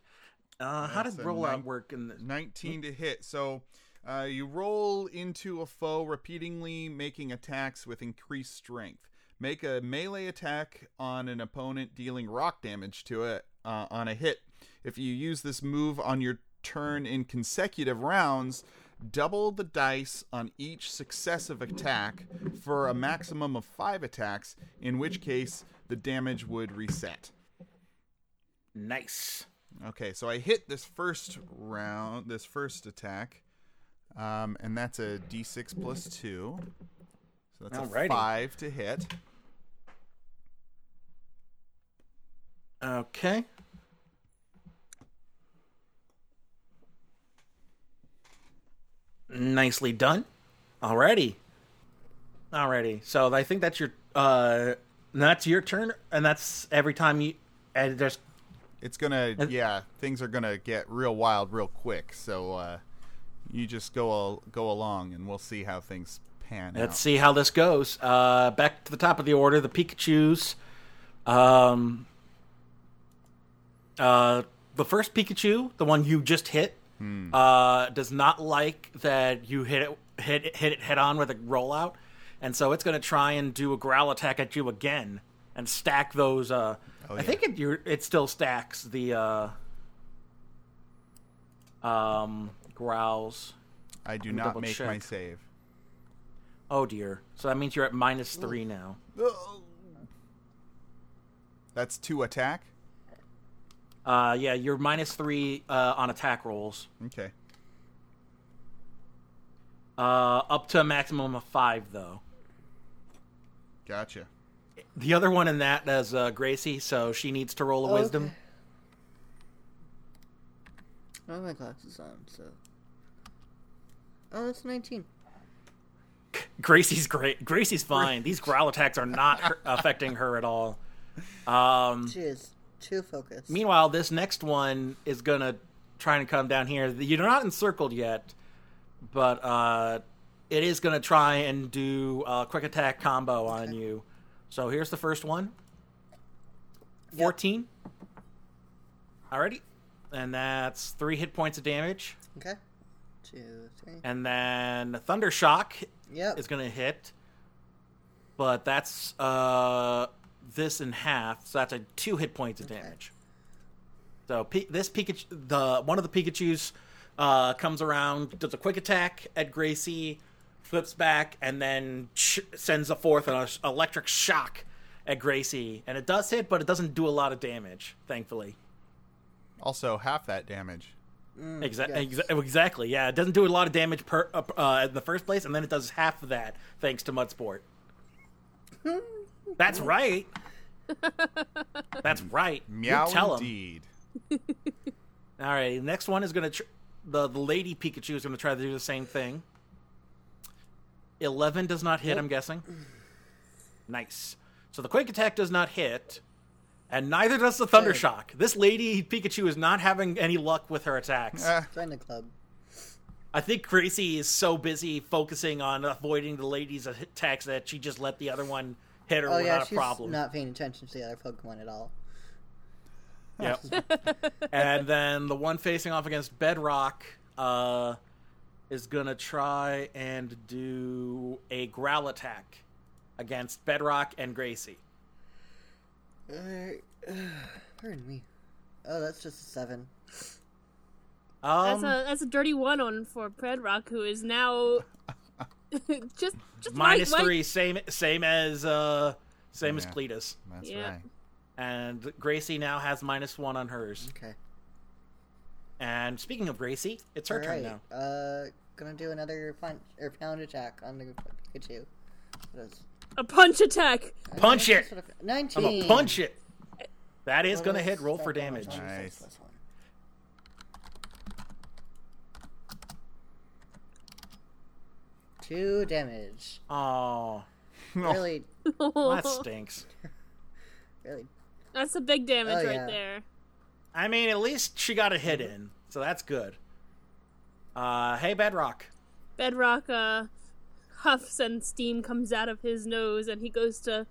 Uh, how
That's
did
a
rollout
nine-
work in this?
19 to hit. So uh, you roll into a foe, repeatedly making attacks with increased strength. Make a melee attack on an opponent, dealing rock damage to it uh, on a hit. If you use this move on your turn in consecutive rounds, double the dice on each successive attack for a maximum of five attacks, in which case the damage would reset.
Nice.
Okay, so I hit this first round, this first attack, um, and that's a d6 plus two, so that's
Alrighty.
a five to hit.
Okay. Nicely done. Alrighty. Alrighty. So I think that's your uh that's your turn and that's every time you and there's
It's gonna,
And-
yeah, things are gonna get real wild real quick. So uh, you just go al- go along, and we'll see how things pan
let's
out.
see how this goes. Uh back to the top of the order, the Pikachu's um uh the first Pikachu, the one you just hit, uh does not like that you hit it hit it, hit it head on with a rollout, and so it's going to try and do a growl attack at you again and stack those. Uh, I
yeah.
think it you it still stacks the uh, um growls.
I do
me
not
double
make my
check.
save.
Oh dear! So that means you're at minus three now.
That's two attack.
Uh, yeah, you're minus three uh, on attack rolls,
Okay.
uh, up to a maximum of five though.
Gotcha.
The other one in that is uh, Gracie, so she needs to roll a wisdom.
Okay. Oh, my glasses on, so. Oh, that's 19.
Gracie's great. Gracie's fine. These growl attacks are not her- affecting her at all. Um,
She is too focused.
meanwhile, this next one is gonna try and come down here. You're not encircled yet, but uh, it is gonna try and do a quick attack combo on you. So here's the first one. Fourteen. Alrighty, and that's three hit points of damage,
Okay. Two, three.
and then Thunder Shock
Yep.
is going to hit, but that's uh this in half, so that's a two hit points of damage. So P- this Pikachu, the one of the Pikachu's, uh, comes around, does a quick attack at Gracie, flips back, and then sh- sends a fourth an electric shock at Gracie, and it does hit, but it doesn't do a lot of damage, thankfully.
Also half that damage.
Exa-
yes.
exa- oh, exactly. Yeah, it doesn't do a lot of damage per uh, uh, in the first place, and then it does half of that thanks to Mudsport. That's right. That's right.
Meow
you tell 'em.
indeed.
All right, next one is gonna tr- the the lady Pikachu is gonna try to do the same thing. Eleven does not hit. I'm guessing. Nice. So the quake attack does not hit, and neither does the thunder
Good.
shock. This lady Pikachu is not having any luck with her attacks.
Ah,
Join the club.
I think Gracie is so busy focusing on avoiding the lady's attacks that she just let the other one hit her
Oh
without
yeah,
a
she's
problem.
not paying attention to the other Pokemon at all.
Yep. and then the one facing off against Bedrock uh, is going to try and do a growl attack against Bedrock and Gracie.
Alright. Pardon me. Oh, that's just a seven.
Um,
That's a that's a dirty one on for Predrock, who is now just just
minus
right,
three, same same as uh, same as
Yeah.
Cletus,
that's
Yeah.
right.
and Gracie now has minus one on hers.
Okay.
And speaking of Gracie, it's her turn
Alright.
now.
Uh, gonna do another punch or pound attack on the Pikachu. What is-
A punch attack.
Punch it!
Sort of-
I'm
19
gonna punch it. That is
What
gonna
is
hit. Roll
that
for
damage?
damage.
One d6
Nice.
plus one. Two damage.
Oh,
Really,
that stinks.
really.
That's a big damage
Oh, yeah.
right there.
I mean, at least she got a hit in, so that's good. Uh, hey, Bedrock.
Bedrock uh, huffs and steam comes out of his nose, and he goes to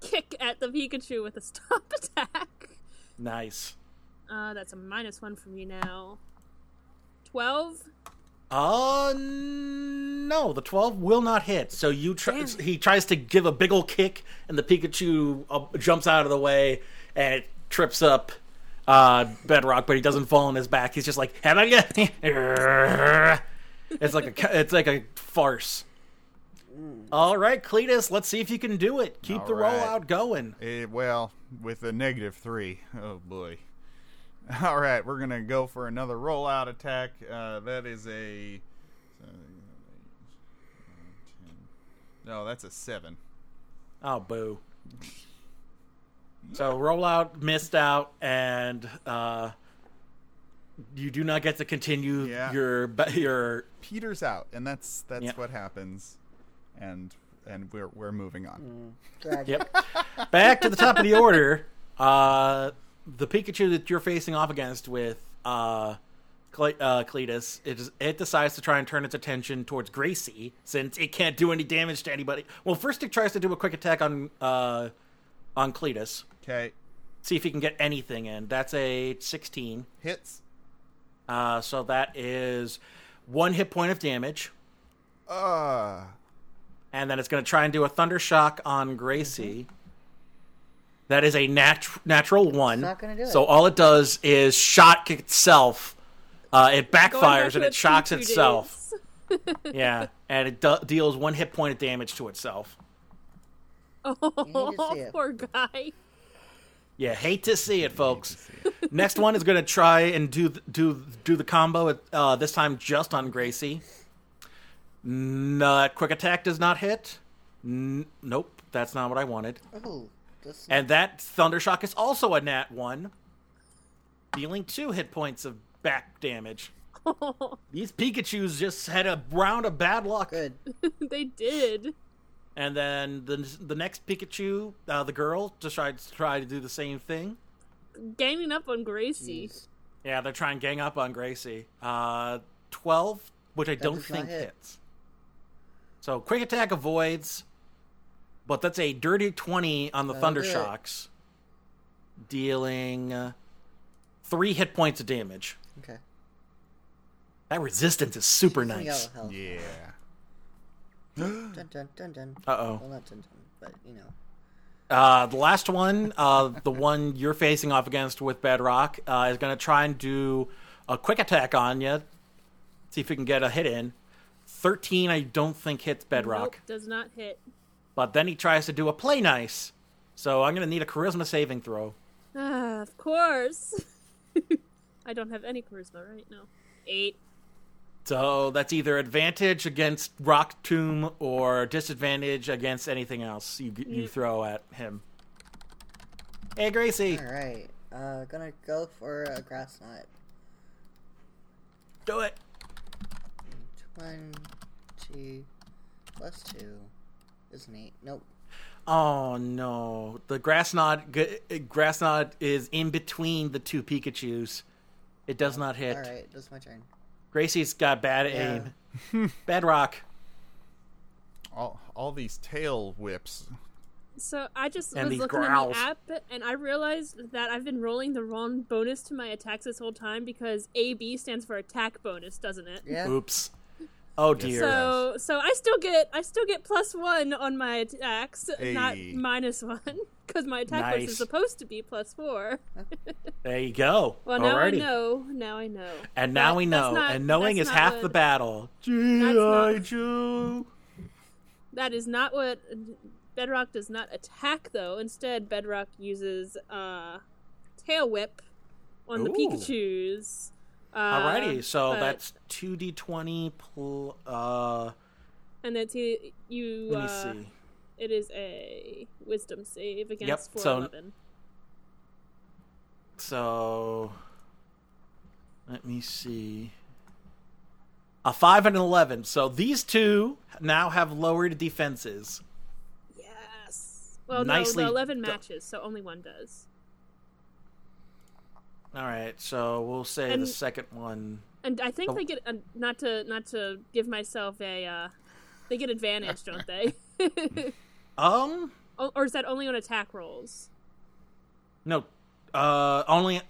kick at the Pikachu with a stomp attack.
Nice.
Uh, that's a minus one for me now. Twelve.
Uh, no, the twelve will not hit. So you try. He tries to give a big ol' kick, and the Pikachu uh, jumps out of the way, and it trips up uh, Bedrock, but he doesn't fall on his back. He's just like, "Have I got-" It's like a it's like a farce. All right, Cletus, let's see if you can do it. Keep
All
the
right.
rollout going.
Eh, well, with a negative three. Oh boy. All right, we're gonna go for another rollout attack. Uh, that is a. No, that's a seven.
Oh, boo. So rollout missed out, and uh, you do not get to continue
Yeah.
your ba- your.
Peter's out, and that's that's
Yep.
what happens, and and we're we're moving on.
Drag.
Yep. Back to the top of the order. Uh, the Pikachu that you're facing off against with uh, Cle- uh, Cletus, it, is, it decides to try and turn its attention towards Gracie since it can't do any damage to anybody. Well, first it tries to do a quick attack on uh, on Cletus.
Okay,
See if he can get anything in. That's a 16.
hits.
Uh, so that is one hit point of damage,
Uh
and then it's going to try and do a thunder shock on Gracie. That is a nat- natural one.
not gonna do
so
it.
all it does is shock itself. Uh,
Going
it
back
backfires
to
and
a
it shocks
two-two
itself.
days.
yeah, and it do- deals one hit point of damage to itself.
to see
Oh,
it.
poor guy.
Yeah, hate to see it, folks. Next one is going to try and do th- do do the combo. Uh, this time just on Gracie. No, that quick attack does not hit. N- nope, that's not what I wanted.
Ooh, Oh, this
And that thunder shock is also a nat one, dealing two hit points of back damage. These Pikachu's just had a round of bad luck.
good.
they did.
And then the the next Pikachu, uh, the girl, decides to try to do the same thing.
Ganging up on Gracie.
Yeah, they're trying to gang up on Gracie. Uh, 12, which I don't
does not
think
hit.
hits. So quick attack avoids, but that's a dirty 20 on the
That'll
Thunder
do it.
Shocks, dealing uh, three hit points of damage.
Okay.
That resistance is super nice.
Yellow health.
yeah.
Dun dun dun dun.
Uh-oh.
Well, not dun dun, but you know.
Uh, the last one, uh, the one you're facing off against with Bedrock, uh, is going to try and do a quick attack on you. See if we can get a hit in. 13, I don't think hits Bedrock.
Nope, does not hit.
But then he tries to do a play nice. So I'm going to need a charisma saving throw.
Ah, of course. I don't have any charisma right now. Eight.
So that's either advantage against Rock Tomb or disadvantage against anything else you you throw at him. Hey, Gracie,
All right, uh, gonna go for a grass knot.
do it.
Twenty plus two is an eight. Nope.
Oh no, the grass knot, g- grass knot is in between the two Pikachu's. It does not hit.
All right, that's my turn.
Gracie's got bad
Yeah.
aim. bad rock.
All, all these tail whips.
So I just
And
was
these
looking
growls.
at the app and I realized that I've been rolling the wrong bonus to my attacks this whole time because AB stands for attack bonus, doesn't it?
Yeah.
Oops. Oh dear.
So so I still get I still get plus one on my attacks, not
Hey.
minus one, because my attack bonus
Nice.
is supposed to be plus four.
there you go.
Well, now
Alrighty.
I know. Now I know.
And now
That-
we
that's
know.
not-
and knowing
that's
is
not
half
what-
the battle.
not-
G.I. Joe.
That is not what Bedrock does not attack though. Instead, Bedrock uses uh, Tail Whip on the
Ooh.
Pikachu's. Uh,
Alrighty, so
but-
that's two d twenty. Pl- uh,
and that's he, you.
let me
uh,
see.
It is a Wisdom save against
Yep, so-
411.
So let me see. A five and an eleven. So these two now have lowered defenses.
yes. Well,
Nicely
no, the 11
do-
matches, so only one does.
All right, so we'll say the
And-
second one.
And I think
Oh.
they get uh, not to not to give myself a. Uh, they get advantage, don't they?
Um,
O- or is that only on attack rolls?
no, uh, only,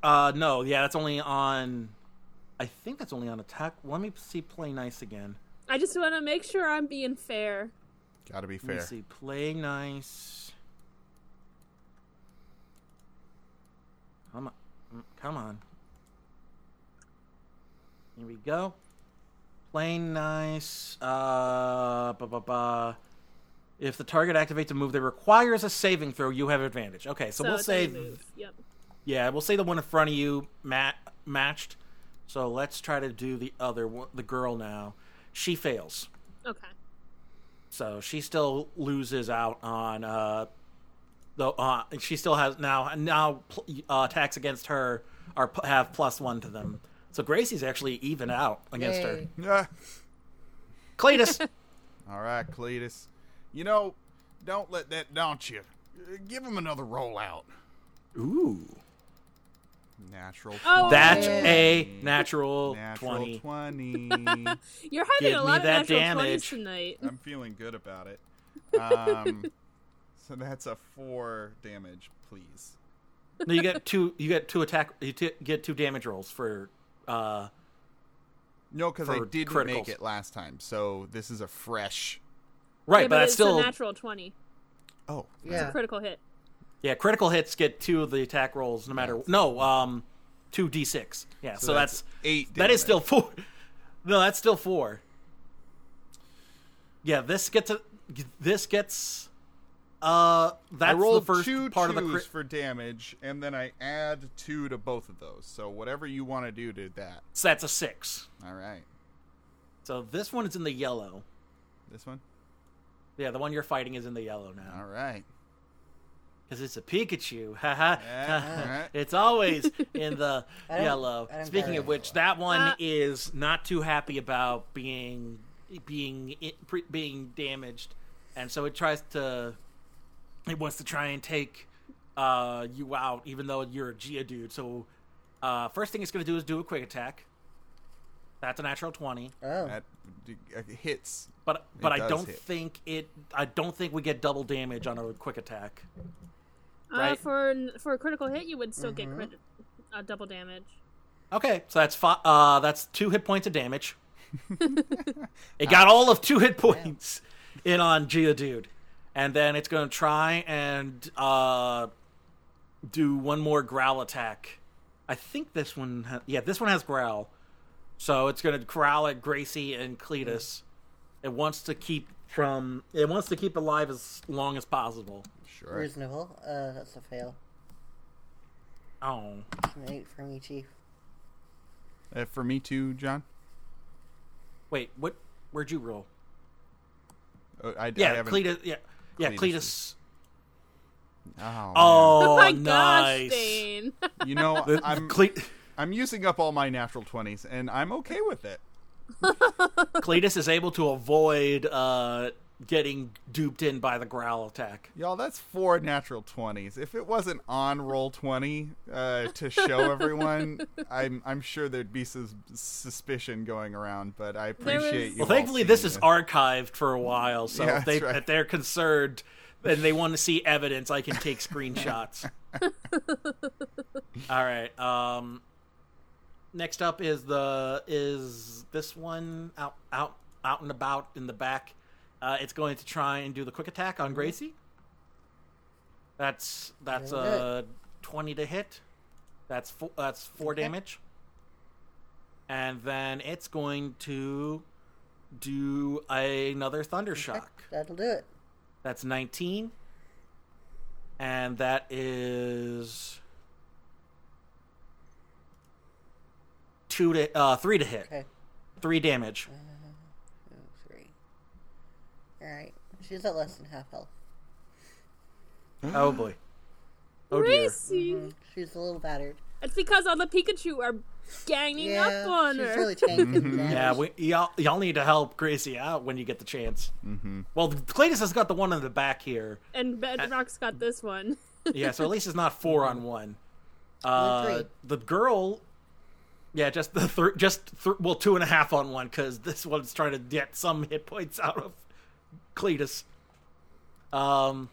uh, no, yeah, that's only on. I think that's only on attack. Let me see. Play nice again.
I just want to make sure I'm being fair.
Gotta be
Let me
fair.
see. Play nice. Come on. Mm, Come on. Here we go. Play nice. Uh, ba ba ba. If the target activates a move that requires a saving throw, you have advantage. Okay, so,
So
we'll
it
say,
doesn't move. Yep.
yeah, we'll say the one in front of you mat- matched. So let's try to do the other one, the girl now. She fails.
Okay.
So she still loses out on uh the uh she still has now now pl- uh, attacks against her are p- have plus 1 to them. So Gracie's actually even out against her.
Yay.
Yeah.
Cletus.
All right, Cletus. You know, don't let that daunt you. Uh, Give him another rollout.
Ooh.
Natural.
Oh,
That's
Yeah.
a natural,
natural
20.
20.
You're having
Give
a
me
lot of
that
natural
damage.
20s tonight.
I'm feeling good about it. Um, so that's a four damage, please.
No, you get two you get two attack you t- get two damage rolls for uh
No, because I
For
didn't
criticals.
make it last time, so this is a fresh.
right,
Yeah,
but that's
it's
still
a natural 20.
Oh,
Yeah.
Critical hit.
yeah, critical hits get two of the attack rolls no matter no, um 2d6. Yeah, so, that's,
eight.
That is still
damage.
four. No, that's still four. Yeah, this gets a. This gets. Uh,
I
that's
rolled
the first
two
part of the
twos
crit.
for damage, and then I add two to both of those. So whatever you want to do to that.
So that's a six.
All right,
So this one is in the yellow.
this one.
Yeah, the one you're fighting is in the yellow now
All right.
because it's a Pikachu. Haha.
Yeah.
it's always in the
don't-
yellow.
I don't
Speaking
care.
of which, that one
Uh,
is not too happy about being being it- pre- being damaged, and so it tries to it wants to try and take uh, you out, even though you're a Geodude. So uh, first thing it's going to do is do a quick attack. That's a natural twenty,
Oh,
That d- uh, hits.
but but I
does
don't
hit.
think it. I don't think we get double damage on a quick attack.
Uh,
Right. Mm-hmm.
for, for a critical hit, you would still get crit, uh, double damage.
Okay, so that's fi- uh, that's two hit points of damage. it got all of two hit points in on Geodude, and then it's going to try and uh, do one more growl attack. I think this one, ha- yeah, this one has growl, so it's going to growl at Gracie and Cletus. It wants to keep from it wants to keep alive as long as possible.
Sure.
reasonable. Uh, that's a fail.
Oh,
An eight for me, Chief.
Uh, for me too, John.
wait, what? Where'd you roll?
Oh, I, I
Yeah,
haven't-
Cletus. Yeah, yeah,
Cletus
Cletus.
Oh,
Oh,
my
nice. Oh,
gosh, Dane.
man. you know,
The- the
I'm
Cle-
I'm using up all my natural twenties, and I'm okay with it.
Cletus is able to avoid uh, getting duped in by the growl attack.
Y'all, that's four natural twenties. If it wasn't on roll twenty uh, to show everyone, I'm I'm sure there'd be sus- suspicion going around. But I
There was-
appreciate you.
Well,
all
thankfully, this
seeing
is archived for a while, so
Yeah,
if, they,
that's right.
if they're concerned and they want to see evidence, I can take screenshots. All right. Um, next up is the is this one out out out and about in the back. Uh, it's going to try and do the quick attack on Gracie. That's that's
Very
uh,
good.
twenty to hit. That's four, that's four damage. And then it's going to do another thunder shock.
That'll do it.
That's 19. And that is two to uh, three to hit.
Okay.
Three damage.
Two, three. All right. She's at less than half health.
Oh boy. Oh dear.
Gracie.
She's a little battered.
It's because all the Pikachu are ganging
Yeah,
up on
she's
her.
really tanking.
Yeah, we, y'all, y'all need to help Gracie out when you get the chance. Mm-hmm. Well, Cletus has got the one in the back here.
and Bedrock's got this one.
Yeah, so at least it's not four on one. Uh,
three.
the girl, yeah, just the thir- just th- well two and a half on one because this one's trying to get some hit points out of Cletus. Um,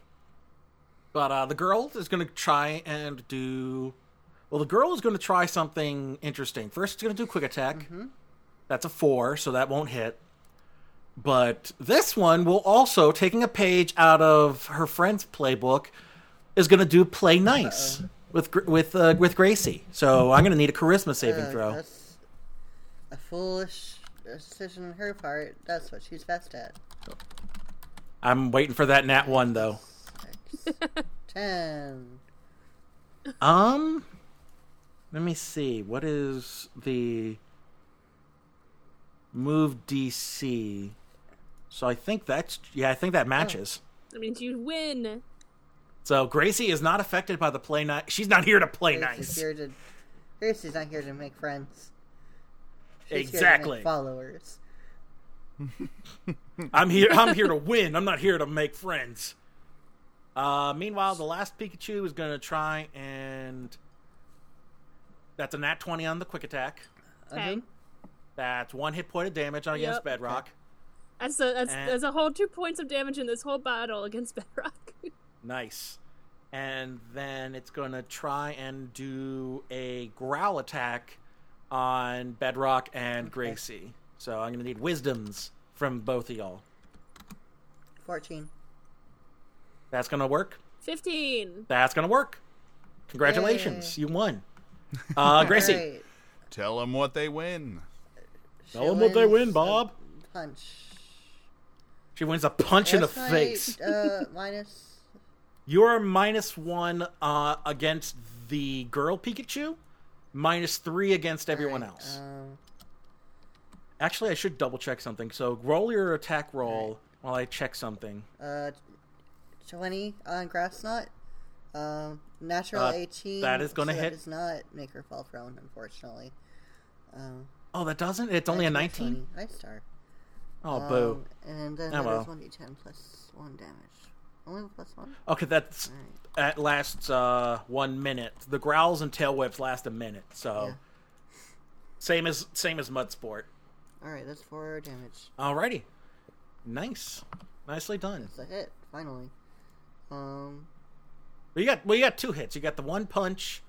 but uh, the girl is going to try and do. Well, the girl is going to try something interesting. First, it's going to do quick attack.
Mm-hmm.
That's a four, so that won't hit. But this one will also, taking a page out of her friend's playbook, is going to do play nice with Gr- with uh, with Gracie. So I'm going to need a charisma saving
Uh,
throw.
That's a foolish decision on her part. That's what she's best at.
I'm waiting for that nat one though.
Ten.
Um, let me see. What is the move DC? So I think that's yeah. I
Oh.
think that matches.
That means you win.
Uh-huh.
So Gracie is not affected by the play nice. She's not here to play
Gracie's
nice.
here to. Gracie's not here to make friends. She's here to make
Exactly.
followers.
I'm here. I'm here to win. I'm not here to make friends. Uh, meanwhile, the last Pikachu is going to try and that's a nat twenty on the quick attack.
Okay.
That's one hit point of damage on against
Yep.
Bedrock.
That's a that's,
And-
there's a whole two points of damage in this whole battle against Bedrock.
Nice. And then it's going to try and do a growl attack on Bedrock and Gracie. So I'm going to need wisdoms from both of y'all.
Fourteen.
That's going to work.
Fifteen.
That's going to work. Congratulations. You won. Uh, Gracie.
Alright,
it. Tell them what they win.
Tell them what they
wins
win, Bob.
Punch.
She wins a punch in the
What's my,
face.
Uh, minus.
You're minus one uh, against the girl Pikachu, minus three against everyone
Alright,
else.
Um,
Actually, I should double check something. So roll your attack roll while I check something.
uh, twenty on grass knot. Um, natural
Uh,
eighteen.
that is gonna
so
hit.
That does not make her fall prone, unfortunately. Um,
Oh, that doesn't. It's only a nineteen.
I star.
Oh, boo.
Um, and then
Oh,
that
well.
one d ten plus one damage. Only plus one.
Okay, that's that lasts uh, one minute. The growls and tail whips last a minute. So
Yeah.
same as same as Mudsport.
All right, that's four damage.
Alrighty, nice, nicely done.
That's a hit. Finally. Um,
Well, you got well, you got two hits. You got the one punch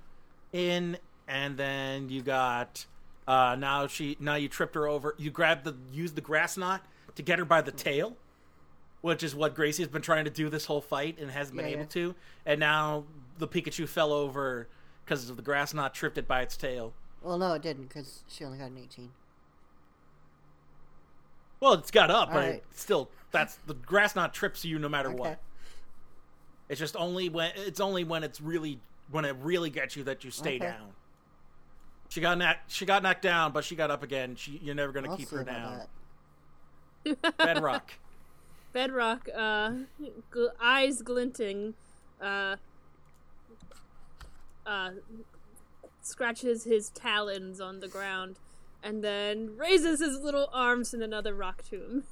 in, and then you got uh, now she now you tripped her over. You grabbed the used the grass knot to get her by the tail, which is what Gracie has been trying to do this whole fight and hasn't been
Yeah,
able
yeah.
to. And now the Pikachu fell over because the grass knot tripped it by its tail.
well, no, it didn't because she only got an eighteen.
Well, it's got up, but
Alright.
it still that's the grass knot trips you no matter
Okay.
what. It's just only when it's only when it's really when it really gets you that you stay
Okay.
down. She got knocked. She got knocked down, but she got up again. She, you're never gonna
I'll
keep
see
her
about
down.
that.
Bedrock.
Bedrock. Uh, gl- eyes glinting. Uh, uh, scratches his talons on the ground, and then raises his little arms in another rock tomb.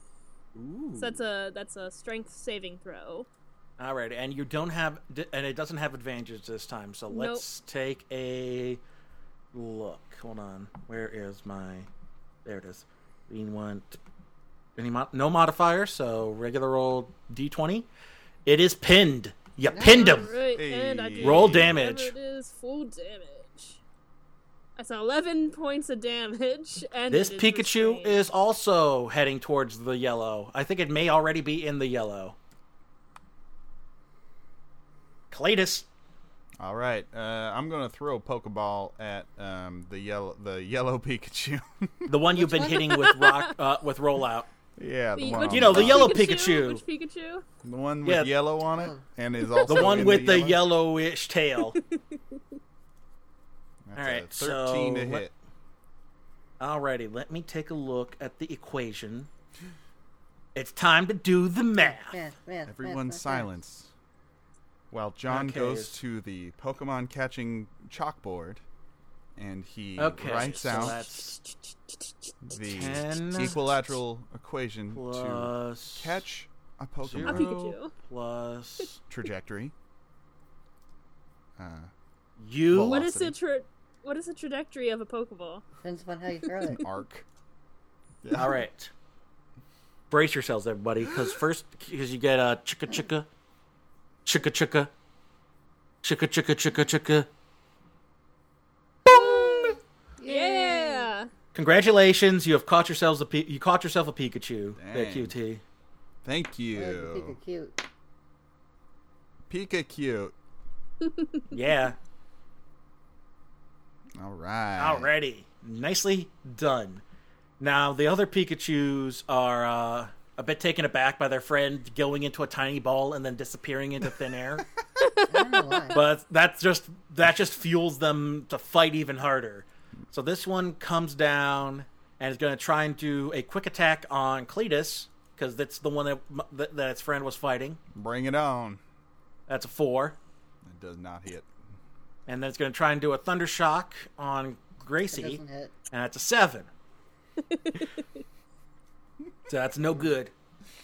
Ooh.
So that's a that's a strength saving throw.
All right, and you don't have, d- and it doesn't have advantage this time. So let's take a look. Hold on, where is my? There it is. We want any mo- no modifier, so regular old d20. It is pinned. You pinned him.
Right, and I do
Roll
whatever
damage.
It is full damage. That's eleven points of damage. And
This
it is
Pikachu
restrained.
is also heading towards the yellow. I think it may already be in the yellow. Cletus.
All right, uh, I'm gonna throw a pokeball at um, the yellow the yellow Pikachu.
The one you've been hitting with rock uh, with rollout.
yeah, the,
Which-
one on
You know, the
top.
yellow Pikachu.
Which Pikachu?
the one with
yeah.
yellow on it, and is also
The one
in
with the
yellow.
yellowish tail.
That's
All
a
right,
thirteen
so
to
let-
hit.
Alrighty, let me take a look at the equation. It's time to do the math.
Man, man, man, man.
Everyone's silence. While John
Okay.
goes to the Pokemon catching chalkboard, and he
Okay,
writes
so
out
that's
the
10
equilateral equation to
plus
catch a
A
Pokemon
Zero.
Pikachu.
plus
trajectory. Uh,
you.
Well,
What is the
Velocity.
tra- what is the trajectory of a Pokeball?
Depends upon how you throw it.
arc.
All right. Brace yourselves, everybody, because first, because you get a chicka chicka, chicka chicka, chicka chicka chicka chicka.
Yeah.
Congratulations, you have caught yourselves a Pi- you caught yourself a Pikachu. There,
Dang.
QT.
Thank you,
Pika cute.
Pika cute.
Yeah,
All right.
already nicely done. Now the other Pikachu's are uh, a bit taken aback by their friend going into a tiny ball and then disappearing into thin air.
I don't know why.
but that's just that just fuels them to fight even harder. So this one comes down and is going to try and do a quick attack on Cletus because that's the one that, that that its friend was fighting.
Bring it on.
That's a four,
It does not hit.
and then it's going to try and do a thunder shock on Gracie,
Doesn't hit.
and that's a seven. so that's no good.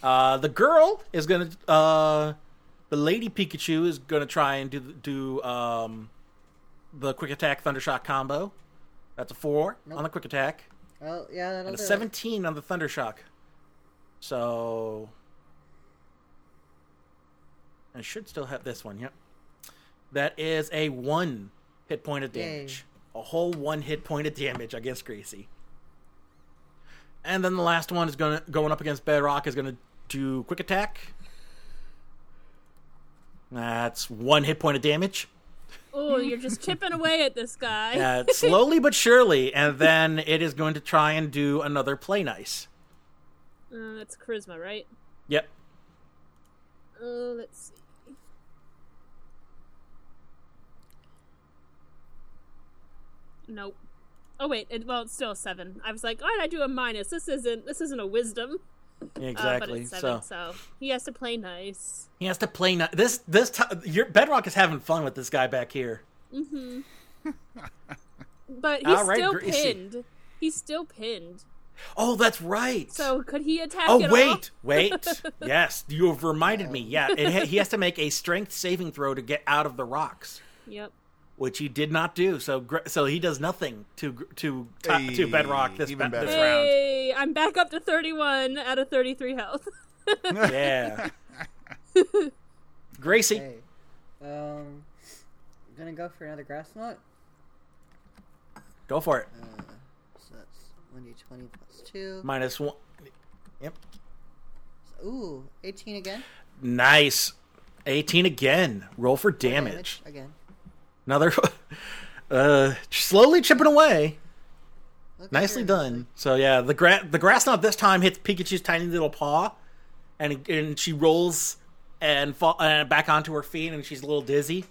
Uh, the girl is going to uh, the lady Pikachu is going to try and do do um, the quick attack thunder shock combo. That's a four on the quick attack
Oh yeah, that'll
and a
do it.
seventeen on the thunder shock. So I should still have this one. Yep, that is a one hit point of
Yay.
damage. A whole one hit point of damage against Gracie. And then the last one is going to going up against Bedrock is going to do quick attack. That's one hit point of damage.
Oh, you're just chipping away at this guy.
Uh, slowly but surely, and then it is going to try and do another play nice.
Uh, that's charisma, right?
Yep,
Uh, let's see. Nope. Oh wait, it, well it's still a seven. I was like, oh, I do a minus. This isn't this isn't a wisdom. Uh,
exactly.
but it's
so
seven, so. he has to play nice.
He has to play ni- this. This t- your Bedrock is having fun with this guy back here.
But he's
All right,
still
Gracie.
pinned. He's still pinned.
Oh, that's right.
So could he attack?
oh
at
wait, wait. Yes, you have reminded me. Yeah, it, ha- he has to make a strength saving throw to get out of the rocks,
All? Yep.
which he did not do. So gr- so he does nothing to gr- to to, to
Hey,
Bedrock this,
even
ba- this
better.
round.
Hey, I'm back up to 31 out of 33 health.
Yeah. Gracie,
Hey, um, gonna go for another grass knot.
go for it.
So that's one d twenty plus two.
Minus one. Yep.
Ooh, eighteen again.
Nice. 18 again. Roll for damage.
again.
Another. Uh, slowly chipping away.
Look
Nicely
here.
done. So yeah, the gra- the grass knot this time hits Pikachu's tiny little paw, and and she rolls and fall uh, back onto her feet, and she's a little dizzy.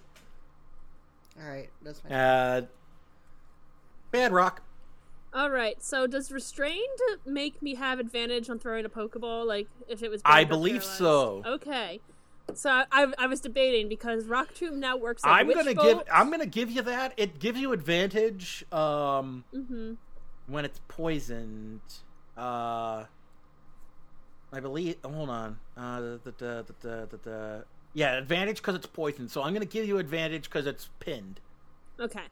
All right, that's my.
Uh, bad rock.
All right. So does restrained make me have advantage on throwing a pokeball? Like if it was.
I
banned or
believe
paralyzed?
so.
Okay. So I, I, I was debating because Rock Tomb now works. Like
I'm
Witch
gonna
Bolt.
give I'm gonna give you that. It gives you advantage um
Mm-hmm.
when it's poisoned. Uh I believe hold on. Uh the, the, the, the, the, the, yeah, advantage cuz it's poisoned. So I'm gonna give you advantage cuz it's pinned.
Okay.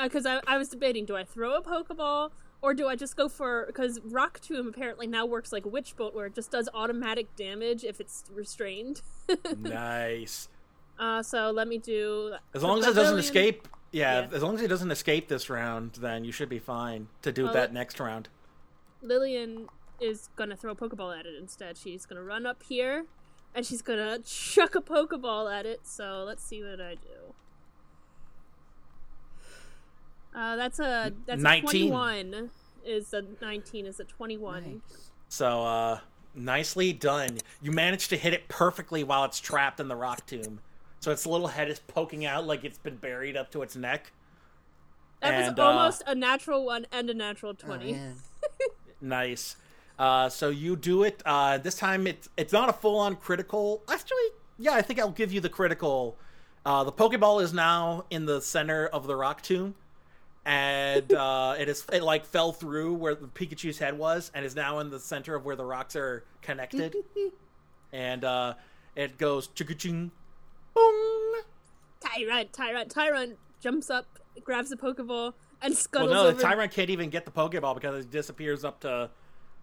Because I, I was debating do I throw a Pokeball or do I just go for. Because Rock Tomb apparently now works like Witch Bolt, where it just does automatic damage if it's restrained.
nice.
uh, so let me do.
As long as it doesn't
Pavilion.
escape yeah,
Yeah.
as long as it doesn't escape this round, then you should be fine to do
Well,
that
it-
next round.
Lillian is going to throw a Pokeball at it instead. She's going to run up here and she's going to chuck a Pokeball at it. So let's see what I do. Uh, that's a that's a
19.
21 is a 19 is a 21
So uh nicely done. You managed to hit it perfectly while it's trapped in the rock tomb. So its little head is poking out like it's been buried up to its neck.
That
And,
was
uh,
almost a natural one and a natural
Oh,
twenty.
man.
Nice. Uh, so you do it. Uh, this time it's it's not a full on critical. Actually, yeah, I think I'll give you the critical. Uh, the Pokeball is now in the center of the rock tomb, and uh, it is it like fell through where the Pikachu's head was, and is now in the center of where the rocks are connected. and uh, it goes ching boom.
Tyrant, Tyrant, Tyrant jumps up, grabs a Pokeball, and
Well,
scuttles
no, the
over.
Tyrant can't even get the Pokeball because it disappears up to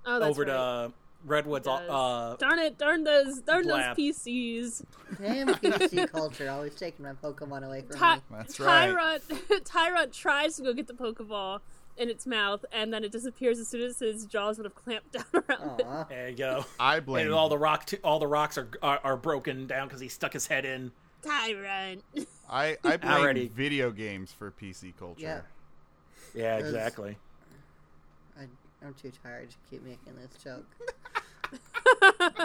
oh, that's
over
right.
to uh, Redwood's.
Does.
Uh,
darn it! Darn those! Darn
Blab.
those PCs!
Damn PC culture, always taking my Pokemon away from
Ty-
me.
That's right.
Tyrant, Tyrant tries to go get the Pokeball in its mouth, and then it disappears as soon as his jaws would have clamped down around it.
Aw.
there you go.
I blame
And all the rock, to, all the rocks are are, are broken down because he stuck his head in.
Tyrant.
I, I blame
Already.
video games for PC culture.
Yeah,
Yeah,
Yes.
exactly.
I, I'm too tired to keep making this joke.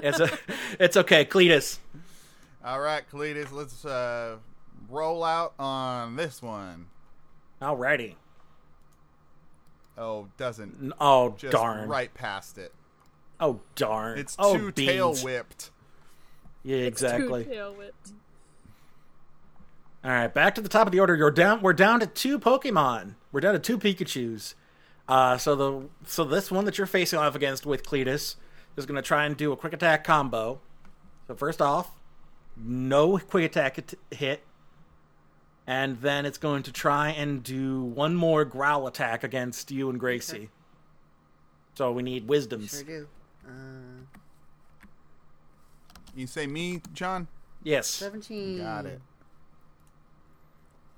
it's a, it's okay, Cletus.
All right, Cletus, let's uh, roll out on this one.
Alrighty.
Oh, doesn't
N- Oh
just
darn.
right past it.
Oh darn.
It's
oh,
too tail
beans.
whipped.
Yeah, exactly.
Two tail whipped.
All right, back to the top of the order. You're down. We're down to two Pokemon. We're down to two Pikachu's. Uh, so the so this one that you're facing off against with Cletus is going to try and do a quick attack combo. So first off, no quick attack at- hit, and then it's going to try and do one more growl attack against you and Gracie.
Okay.
So we need wisdoms.
Sure do. Uh,
You say me, John?
Yes,
17.
Got it.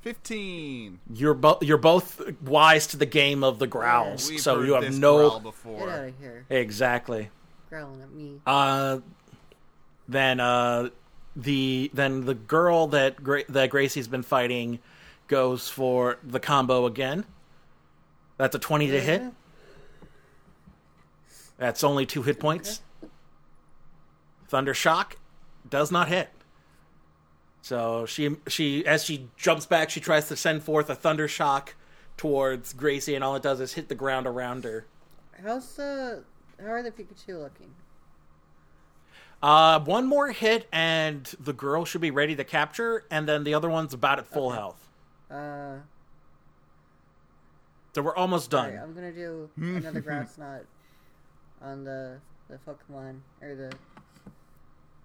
15.
you're both you're both wise to the game of the growls,
We've
so
heard
you have
this
no
growl
Get out
before.
of here.
exactly.
Growling at me.
Uh, then uh, the then the girl that Gra- that Gracie's been fighting goes for the combo again. That's a twenty to hit. That's only two hit points. Thunder shock does not hit. So she she as she jumps back, she tries to send forth a thunder shock towards Gracie, and all it does is hit the ground around her.
How's the. How are the Pikachu looking?
Uh, one more hit, and the girl should be ready to capture, and then the other one's about at full health.
Uh,
So we're almost done.
alright, I'm gonna do another grass knot on the the Pokemon or the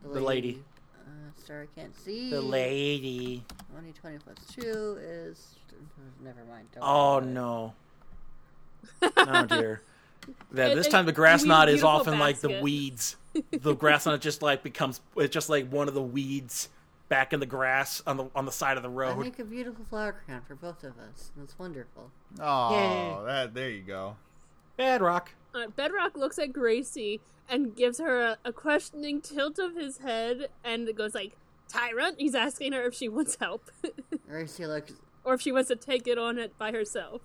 the
The lady.
Uh, sorry, I can't see.
The lady.
1d20 plus 2 is. Never mind. Don't
Oh
worry about it.
no. oh dear. Yeah,
It-
this
it-
time the grass
we-
knot is
beautiful
often like the
basket.
weeds. The grass knot just like becomes it's just like one of the weeds back in the grass on the on the side of the
I
road.
make a beautiful flower crown for both of us. That's wonderful.
Oh, that, there you go.
Bad rock.
Uh, Bedrock looks at Gracie and gives her a, a questioning tilt of his head and goes like, Tyrant? He's asking her if she wants help
Gracie looks.
or if she wants to take it on it by herself.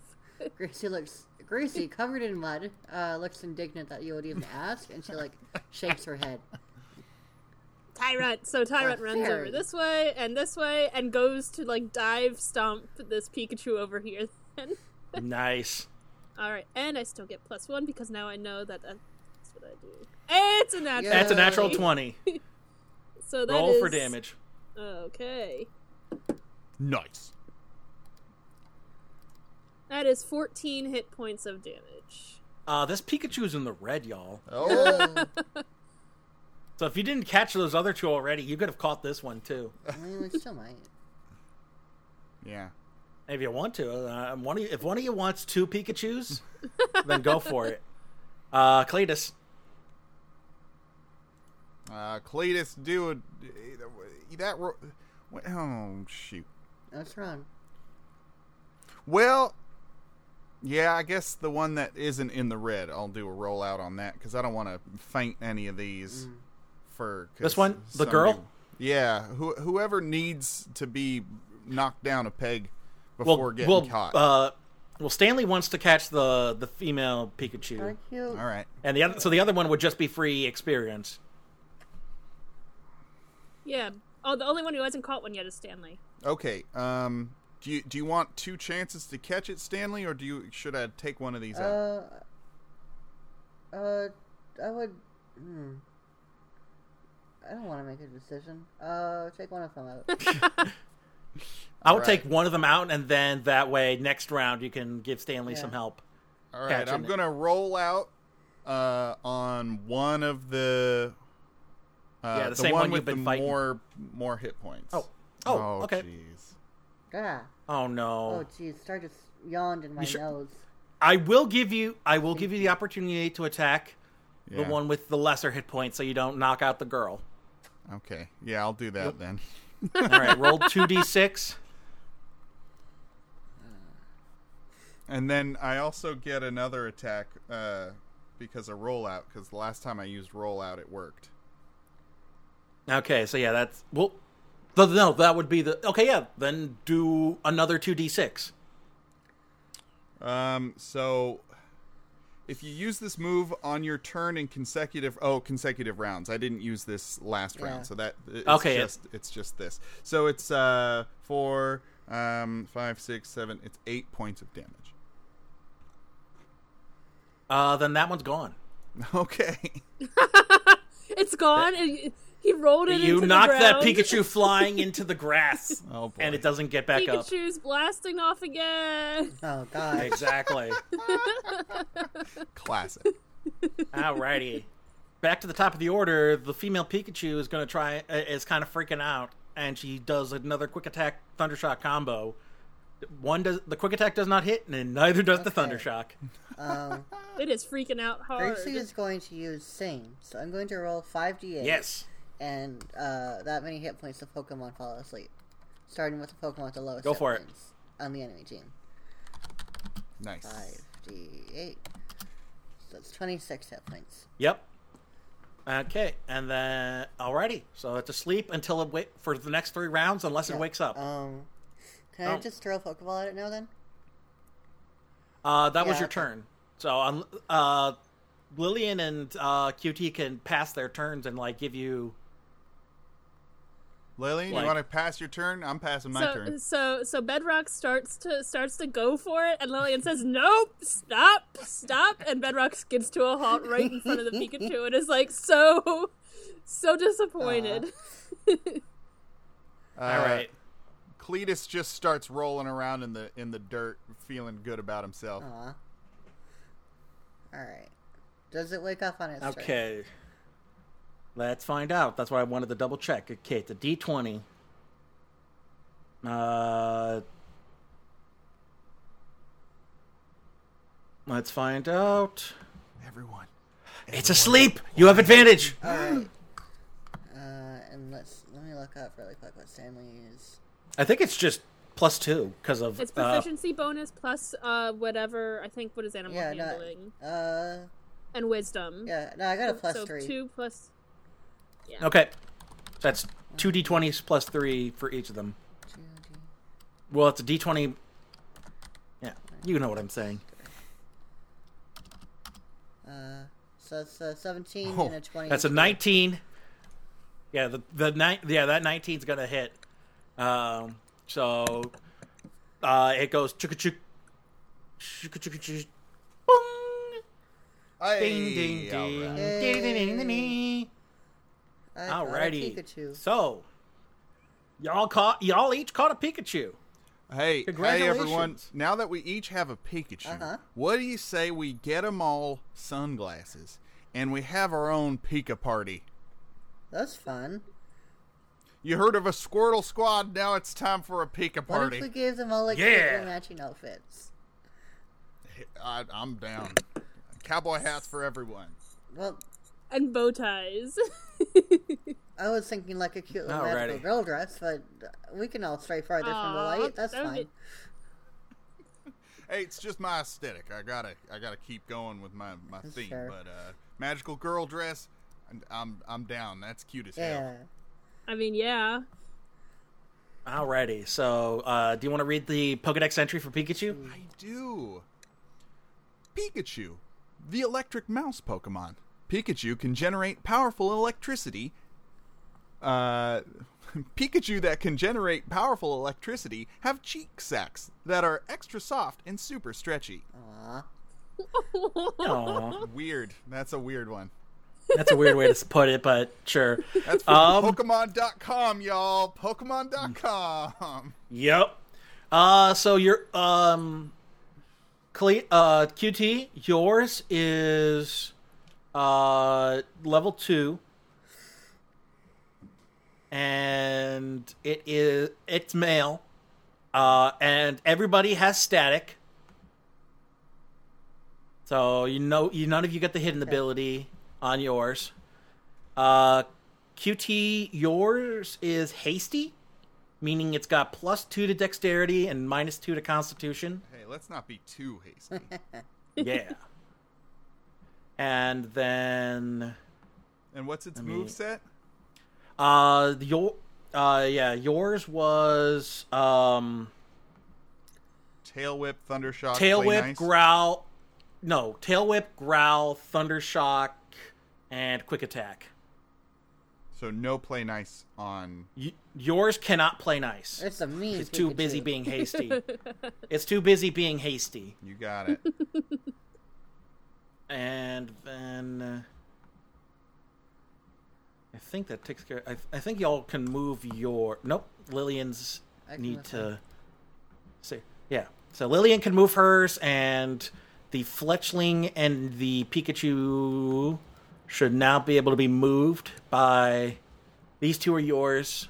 Gracie looks. Gracie, covered in mud, uh, looks indignant that you would even ask, and she like shakes her head.
Tyrant. So Tyrant
Oh,
runs
fairy.
over this way and this way and goes to like dive stomp this Pikachu over here. Then.
Nice.
All right, and I still get plus one because now I know that that's what I do. It's a natural.
That's a natural
twenty.
twenty.
So that is
Roll for damage.
Okay.
Nice.
That is 14 hit points of damage.
Uh, this Pikachu's in the red, y'all.
Oh,
So if you didn't catch those other two already, you could have caught this one too.
I mean, we still might.
yeah.
If you want to, uh, one of you, if one of you wants two Pikachu's, then go for it. Uh, Cletus,
Uh, Cletus, dude, that ro- what- oh shoot.
That's wrong.
Well, yeah, I guess the one that isn't in the red, I'll do a rollout on that because I don't want to faint any of these. For 'cause
Mm. This one? The
some
girl?
dude- yeah, who, whoever needs to be knocked down a peg before getting
well,
caught.
Uh, well, Stanley wants to catch the the female Pikachu,
Thank you.
All right,
and the other so the other one would just be free experience.
Yeah. Oh, the only one who hasn't caught one yet is Stanley.
okay. Um, do you do you want two chances to catch it, Stanley, or do you should I take one of these out?
Uh, uh, I would. Hmm. I don't want to make a decision. Uh, take one of them out.
I would
Alright.
take one of them out, and then that way next round you can give Stanley some
Yeah.
help.
All right,
catching
I'm
it.
gonna roll out uh, on one of the uh,
Yeah, the same
one
one
with
you've been
the
fighting.
more more hit points.
Oh. Oh, okay.
Jeez.
ah.
Oh no.
Oh, jeez. Star just yawned in my
should-
nose.
I will give you. I will give you the opportunity to attack the one with the lesser hit points, so you don't knock out the girl.
Okay. Yeah, I'll do that then.
All right, roll two d six.
And then I also get another attack uh, because of rollout. Because the last time I used rollout, it worked.
Okay, so yeah, that's well. th- no, that would be the okay. Yeah, then do another two d six.
Um, so if you use this move on your turn in consecutive oh consecutive rounds, I didn't use this last
Yeah.
round, so that it's
Okay, it-
just it's just this. So it's uh four, um, five, six, seven. It's eight points of damage.
Uh, then that one's gone.
Okay,
It's gone. and he rolled it
You
into
knock
the
that
ground.
Pikachu flying into the grass,
Oh, boy.
and it doesn't get back up.
Pikachu's blasting off again.
Oh, God.
Exactly.
classic.
Alrighty. Back to the top of the order. The female Pikachu is going to try. uh, Is kind of freaking out, and she does another quick attack thundershock combo. One does the quick attack does not hit, and neither does the
Okay.
thundershock.
Um,
It is freaking out hard.
Gracie is going to use Sing. So I'm going to roll 5d8.
Yes.
And, uh, that many hit points the Pokemon fall asleep. Starting with the Pokemon with the lowest
Go
hit
for it.
points on the enemy team.
Nice.
5d8. So that's 26 hit points.
Yep. Okay, and then alrighty. So it's asleep until it wait for the next three rounds, unless it
Yeah.
wakes up.
Um, can I
Oh.
just throw a Pokeball at it now then?
Uh, that was
yeah,
your
okay.
turn. So um, uh, Lillian and uh, QT can pass their turns and like give you.
Lillian,
Like-
you want to pass your turn? I'm passing my
so,
turn.
so so Bedrock starts to starts to go for it, and Lillian says, "Nope, stop, stop!" And Bedrock skids to a halt right in front of the Pikachu, and is like so so disappointed.
Uh,
All right.
Cletus just starts rolling around in the in the dirt, feeling good about himself.
Aw. Alright. Does it wake up on its turn?
Okay. Let's find out. That's why I wanted to double check. Okay, it's a D twenty. Uh let's find out.
Everyone.
It's asleep! You have advantage!
Alright. Uh, and let's let me look up really quick what Stanley is.
I think it's just plus two because of
It's
uh,
proficiency bonus plus uh whatever I think what is animal
Yeah, not,
handling
uh,
and wisdom.
yeah, no, I got a plus
Oh, so
three.
two plus
Okay. That's two D twenties plus three for each of them.
Two, two.
Well it's a D twenty Yeah. You know what I'm saying.
Uh, so it's a 17 and a 20.
Oh, That's a 19. Yeah, the the nine. Yeah, that 19's gonna hit. Um, so uh, it goes chicka chick, chicka chicka chick, boing, ding ding
Hey, all right.
ding, ding ding ding ding.
I, I like
Alrighty.
Pikachu.
So, y'all caught y'all each caught a Pikachu.
Hey, hey everyone.
Congratulations.
Now that we each have a Pikachu,
Uh-huh.
what do you say we get them all sunglasses and we have our own Pika party?
That's fun.
You heard of a Squirtle Squad, now it's time for a
What
Pika
if
party.
we gave them all like cute
Yeah.
little matching outfits?
I, I'm down. Cowboy hats for everyone.
Well,
and bow ties.
I was thinking like a cute little
Alrighty.
magical girl dress, but we can all stray farther from the
Aw,
light. That's
that would
fine.
be-
Hey, it's just my aesthetic. I gotta, I gotta keep going with my my theme.
Sure.
But uh, magical girl dress, and I'm I'm down. That's cute as
Yeah.
hell.
I mean, yeah.
Alrighty. So, uh, do you want to read the Pokedex entry for Pikachu?
I do. Pikachu, the electric mouse Pokemon. Pikachu can generate powerful electricity. Uh, Pikachu that can generate powerful electricity have cheek sacs that are extra soft and super stretchy.
Aw. Mm.
Aw,
Weird. That's a weird one.
that's a weird way to s- put it, but sure.
That's from
Um,
Pokemon.com, y'all. Pokemon.com.
Yep. Uh, so your um, Cle- uh, QT, yours is uh level two, and it is it's male, uh, and everybody has static. So you know, you none of you get the hidden ability on yours. Uh, QT, yours is hasty meaning it's got plus two to dexterity and minus two to constitution.
Hey, let's not be too hasty.
Yeah. and then,
And what's its
mean-
move set?
uh, your, uh, yeah, yours was, um,
Tail whip, thunder shock,
tail
play
whip,
nice.
growl, no, tail whip, growl, thunder shock, and quick attack.
So no play nice on.
Y- yours cannot play nice.
It's a mean.
It's too busy
Pikachu.
being hasty. it's too busy being hasty.
You got it.
and then uh, I think that takes care. I, I think y'all can move your. Nope, Lillian's
I can
need
move
to. See, yeah. So Lillian can move hers, and the fletchling and the Pikachu should now be able to be moved by. These two are yours,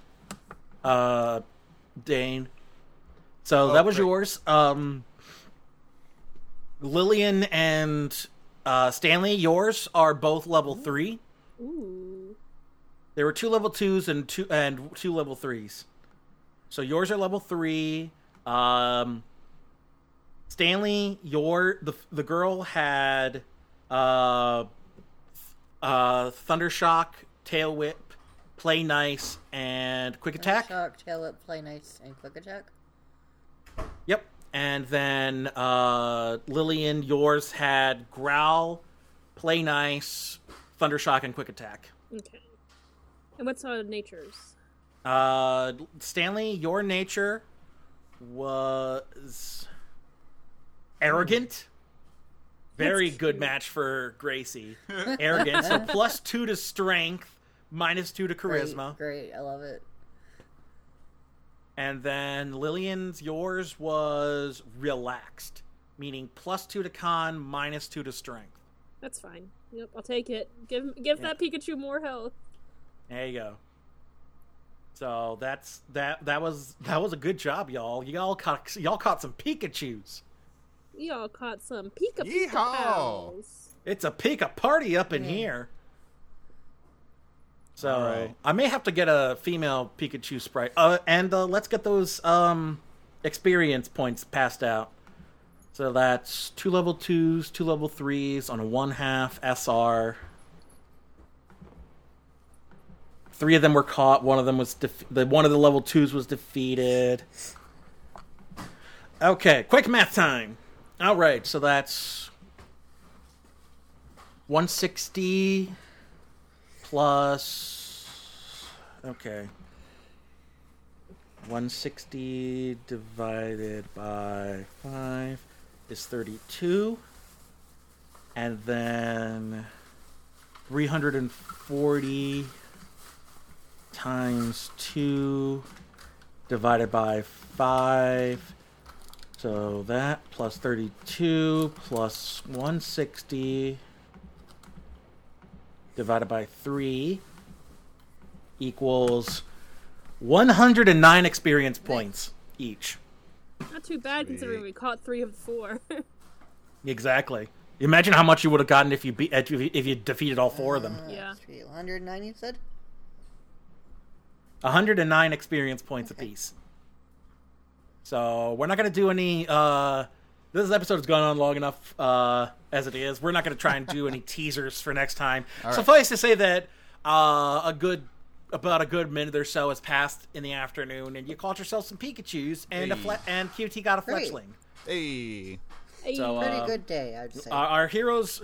uh, Dane. So that was
great.
yours. Um, Lillian and uh, Stanley, yours are both level three.
Ooh.
There were two level twos and two and two level threes. So yours are level three. Um, Stanley, your the the girl had uh, uh, thunder shock, tail whip, play nice, and quick attack.
Shock, tail up, play nice, and quick attack.
Yep. And then uh, Lillian, yours had growl, play nice, thunder shock, and quick attack.
Okay. And what's uh, nature's?
Uh, Stanley, your nature was arrogant. Very good match for Gracie. Arrogant. So plus two to strength, minus two to
Great,
charisma.
Great, I love it.
And then Lillian's, yours was relaxed, meaning plus two to con, minus two to strength.
That's fine. Yep, I'll take it. Give give
Yeah.
that Pikachu more health.
There you go. So that's that. That was that was a good job, y'all. Y'all caught y'all caught some Pikachu's.
We all caught some Pika
Yeehaw!
Pika pals.
It's a Pika party up in here. So
All right.
I may have to get a female Pikachu sprite. Uh, and uh, let's get those um, experience points passed out. So that's two level twos, two level threes on a one half SR. Three of them were caught. One of them was def- the one of the level twos was defeated. Okay, quick math time. All right, so that's 160 plus okay 160 divided by 5 is 32 and then 340 times 2 divided by 5. So that plus 32 plus 160 divided by 3 equals 109 experience points each.
Not too bad considering we caught three of the four.
Exactly. Imagine how much you would have gotten if you beat if you, if you defeated all four of them.
yeah.
109, you said?
109 experience points apiece. So we're not gonna do any. uh This episode has gone on long enough uh as it is. We're not gonna try and do any teasers for next time. Suffice to say that uh a good about a good minute or so has passed in the afternoon, and you caught yourself some Pikachu's, and a
Hey.
fle- and QT got a
Great.
fletchling.
Hey,
So,
Hey,
Pretty
uh,
good day, I'd say.
our, our heroes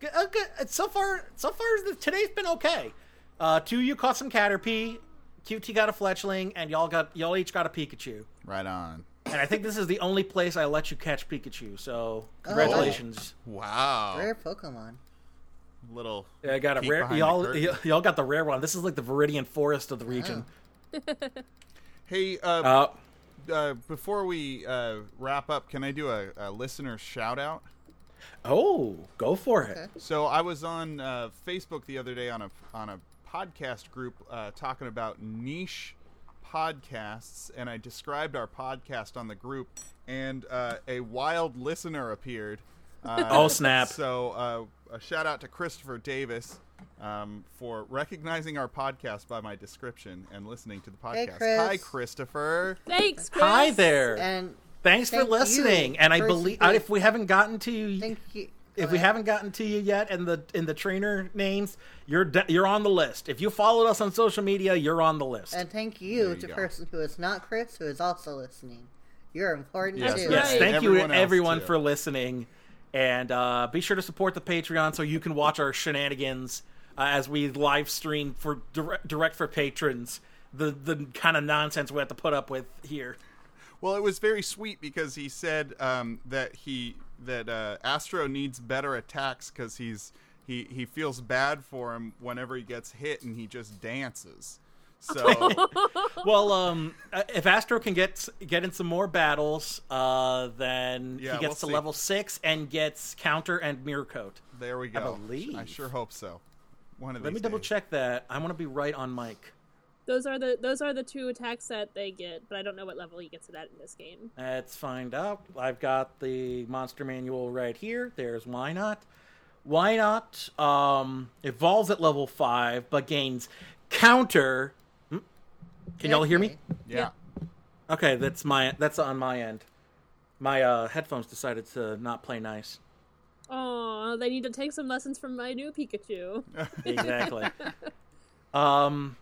Good- uh, good- so far so far the- today's been okay uh two you caught some caterpie qt got a fletchling and y'all got y'all each got a pikachu
right on.
and i think this is the only place i let you catch pikachu so congratulations
Wow,
Rare Pokemon.
little.
yeah, i got a
Peek
rare
behind the
y'all
curtain.
y- y'all got the rare one this is like the viridian
Oh.
forest of the region
Hey, uh,
uh
uh, before we uh, wrap up, can I do a, a listener shout out?
oh go for it
So I was on uh, Facebook the other day on a on a podcast group uh, talking about niche podcasts, and I described our podcast on the group, and uh, a wild listener appeared. Uh,
Oh, snap.
So uh, a shout out to Christopher Davis. Um, for recognizing our podcast by my description and listening to the
Hey,
podcast.
Chris.
Hi, Christopher.
Thanks, Chris.
hi there
And
thanks for
thank you
listening and i
for
believe
supporting-
if we haven't gotten to you
thank you.
if we haven't gotten to you yet in the in the trainer names, you're de- you're on the list. If you followed us on social media, you're on the list.
And thank you,
There you
to
go.
person who is not Chris, who is also listening. You're important
Yes,
too.
That's
yes,
right.
thank
Everyone
you
else,
everyone
too.
for listening, and uh, be sure to support the Patreon so you can watch our shenanigans uh, as we live stream for direct, direct for patrons. The the kind of nonsense we have to put up with here.
Well, it was very sweet because he said um, that he that uh, Astro needs better attacks because he's he he feels bad for him whenever he gets hit and he just dances. So
Well, um, uh, if Astro can get get in some more battles, uh, then
Yeah,
he
we'll
gets to
see.
level six and gets counter and mirror coat.
there we go.
believe.
I sure hope so. One of
Let me
these
double
days.
check that. I want to be right on mic.
Those are the those are the two attacks that they get, but I don't know what level he gets it at in this game.
Let's find out. I've got the monster manual right here. There's why not. Why not um, evolves at level five, but gains counter. Hmm? Can y'all hear me?
Yeah.
Okay, that's my that's on my end. My uh, headphones decided to not play nice.
Oh, they need to take some lessons from my new Pikachu.
exactly. um,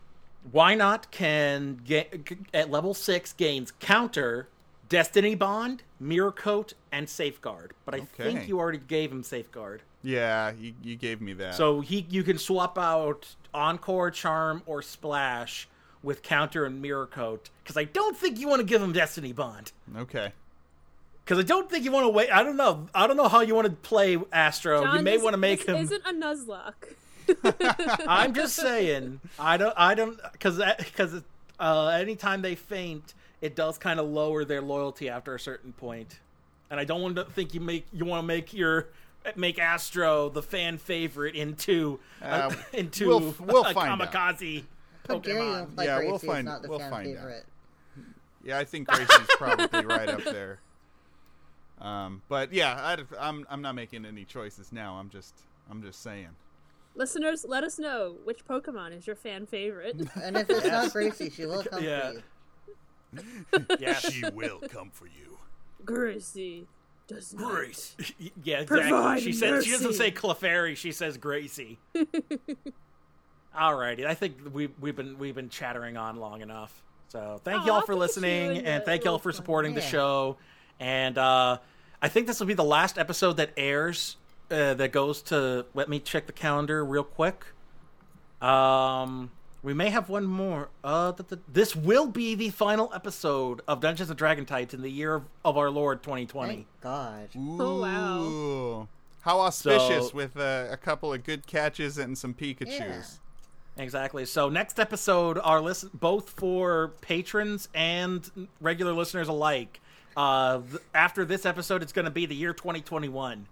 why not? Can get at level six gains counter, destiny bond, mirror coat, and safeguard. But I
Okay.
think you already gave him safeguard,
Yeah, you, you gave me that.
so he you can swap out encore, charm, or splash with counter and mirror coat. Because I don't think you want to give him destiny bond.
okay.
Because I don't think you want to wait. I don't know. I don't know how you want to play Astro. you
John,
may
this-
want to make
this
him.
Isn't a Nuzlocke.
I'm just saying. I don't. I don't. Because because uh, anytime they faint, it does kind of lower their loyalty after a certain point. And I don't want to think you make you want to make your make Astro the fan favorite into uh,
Uh,
into
we'll- we'll
a
find out.
kamikaze
How dare you
Pokemon.
imply
Yeah,
Gracie
we'll
is
find-
not the
we'll
fan
find out.
favorite?
Yeah, I think Gracie's probably right up there. Um, but yeah, I'd, I'm I'm not making any choices now. I'm just I'm just saying.
Listeners, let us know which Pokemon is your fan favorite.
And if it's not Gracie, she will come
Yeah.
for you.
Yes.
She will come for you.
Gracie does not.
Yeah, exactly.
Provide
she says she doesn't
mercy.
say Clefairy, she says Gracie. Alrighty, I think we we've been we've been chattering on long enough. So thank
Aw,
y'all for
look at you
listening
and
and
the
thank y'all
little
for
fun.
supporting the
Yeah.
show. And uh I think this will be the last episode that airs uh, that goes to let me check the calendar real quick. Um we may have one more. Uh, th- th- this will be the final episode of Dungeons and Dragon Tights in the year of, of our Lord 2020.
Thank God.
Mm.
Oh, wow.
Ooh. How auspicious
So-
with uh, a couple of good catches and some Pikachu's.
Yeah.
Exactly. So next episode, our listen both for patrons and regular listeners alike. Uh, th- after this episode, it's going to be the year 2021.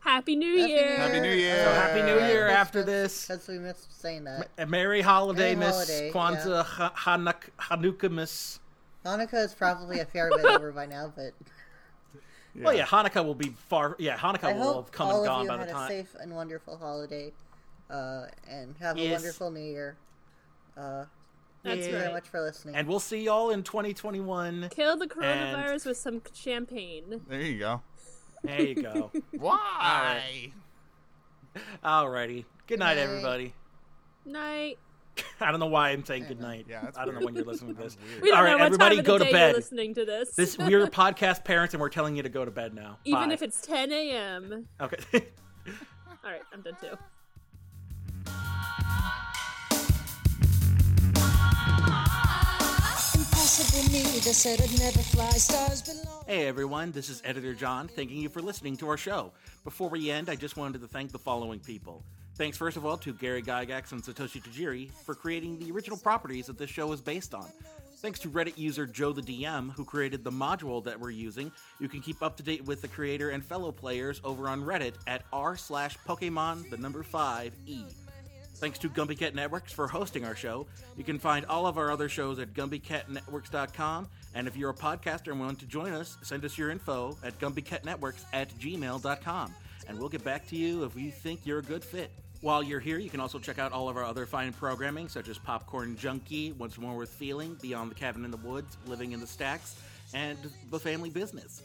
Happy New
Happy
Year.
Happy New Year!
So Happy New Year
That's-
after
that's-
this.
That's we missed saying that.
A Merry holiday,
Merry
Miss
holiday,
Kwanzaa, ha- Hanuk- Hanukkah, Miss.
Hanukkah is probably a fair bit over by now, but
Well, yeah, Hanukkah will be far. Yeah, Hanukkah
I
will
hope
have come
all
and
of
gone
you
by the
had a
time.
safe and wonderful holiday, uh, and have
Yes.
a wonderful New Year. Uh,
That's
thank you very
right.
much for listening.
And we'll see y'all in 2021.
Kill the coronavirus with some champagne.
There you go.
There you go.
Why?
Alrighty. Good night,
night.
everybody.
Night.
I don't know why I'm saying good night.
Yeah, that's
I don't know when you're listening to this.
We don't
All right,
know what
everybody
time of
go
the
to
day
bed.
you're listening to this.
This we're podcast parents, and we're telling you to go to bed now.
Even
Bye.
if it's 10 a.m.
okay.
All right, I'm done too.
Impossible me, they said I'd never fly. Stars belong.
Hey everyone, this is Editor John, thanking you for listening to our show. Before we end, I just wanted to thank the following people. Thanks, first of all, to Gary Gygax and Satoshi Tajiri for creating the original properties that this show is based on. Thanks to Reddit user Joe the DM, who created the module that we're using. You can keep up to date with the creator and fellow players over on Reddit at r slash Pokemon the number E. 5e. Thanks to Gumby Cat Networks for hosting our show. You can find all of our other shows at GumbyCatNetworks.com. And if you're a podcaster and want to join us, send us your info at GumbyCatNetworks at gmail.com. And we'll get back to you if we think you're a good fit. While you're here, you can also check out all of our other fine programming, such as Popcorn Junkie, Once More with Feeling, Beyond the Cabin in the Woods, Living in the Stacks, and The Family Business.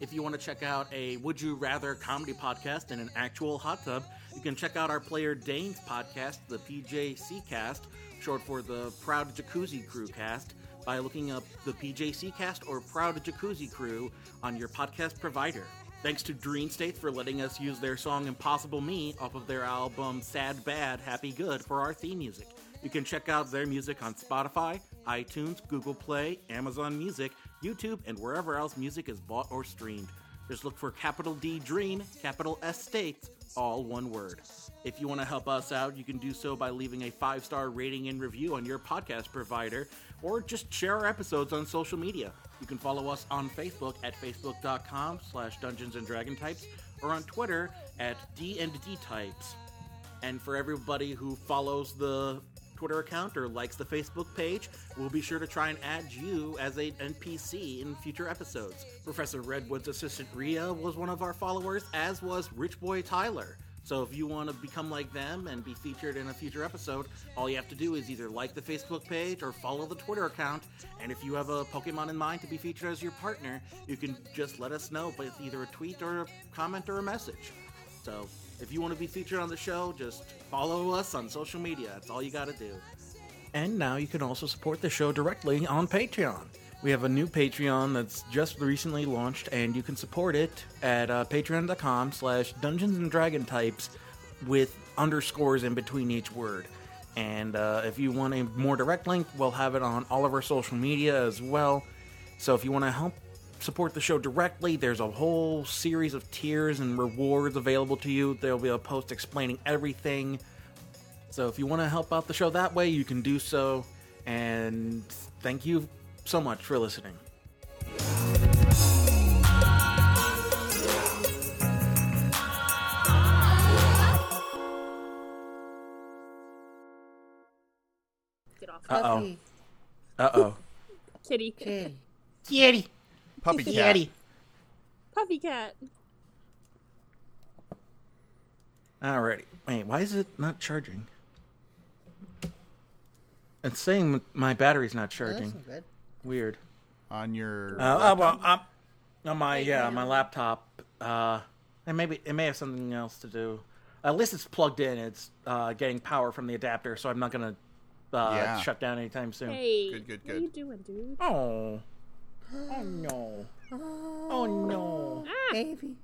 If you want to check out a Would You Rather comedy podcast in an actual hot tub, you can check out our player Dane's podcast, the PJC Cast, short for the Proud Jacuzzi Crew Cast, by looking up the PJC Cast or Proud Jacuzzi Crew on your podcast provider. Thanks to Dream State for letting us use their song Impossible Me off of their album Sad Bad Happy Good for our theme music. You can check out their music on Spotify, iTunes, Google Play, Amazon Music, YouTube, and wherever else music is bought or streamed. Just look for capital D Dream, capital S States, all one word. If you want to help us out, you can do so by leaving a five star rating and review on your podcast provider, or just share our episodes on social media. You can follow us on Facebook at facebook.com slash dungeons and dragon types, or on Twitter at D and D types. And for everybody who follows the Twitter account or likes the Facebook page, we'll be sure to try and add you as a NPC in future episodes. Professor Redwood's assistant Rhea was one of our followers, as was Rich Boy Tyler. So if you want to become like them and be featured in a future episode, all you have to do is either like the Facebook page or follow the Twitter account. And if you have a Pokemon in mind to be featured as your partner, you can just let us know with either a tweet or a comment or a message. So if you want to be featured on the show, just follow us on social media. That's all you got to do. And now you can also support the show directly on Patreon. We have a new Patreon that's just recently launched, and you can support it at uh, patreon.com slash dungeons and dragon types with underscores in between each word. And uh, if you want a more direct link, we'll have it on all of our social media as well. So if you want to help support the show directly, there's a whole series of tiers and rewards available to you. There'll be a post explaining everything. So if you want to help out the show that way, you can do so. And thank you so much for listening.
Get off.
Uh,
Uh-oh.
Puppy,
Uh-oh.
Kitty.
kitty,
Kitty.
Puppy cat.
Puppy cat.
Oh,
Alrighty. Wait, why is it not charging? It's saying my battery's not
that's
charging.
not good.
Weird.
On your.
Uh, oh, well, um, on my yeah, my laptop. Uh, and maybe it may have something else to do. At least it's plugged in. It's uh, getting power from the adapter, so I'm not gonna uh,
Yeah.
shut down anytime soon.
Hey.
Good, good,
What are you
good.
doing, dude?
Oh, oh no, oh no.
Baby.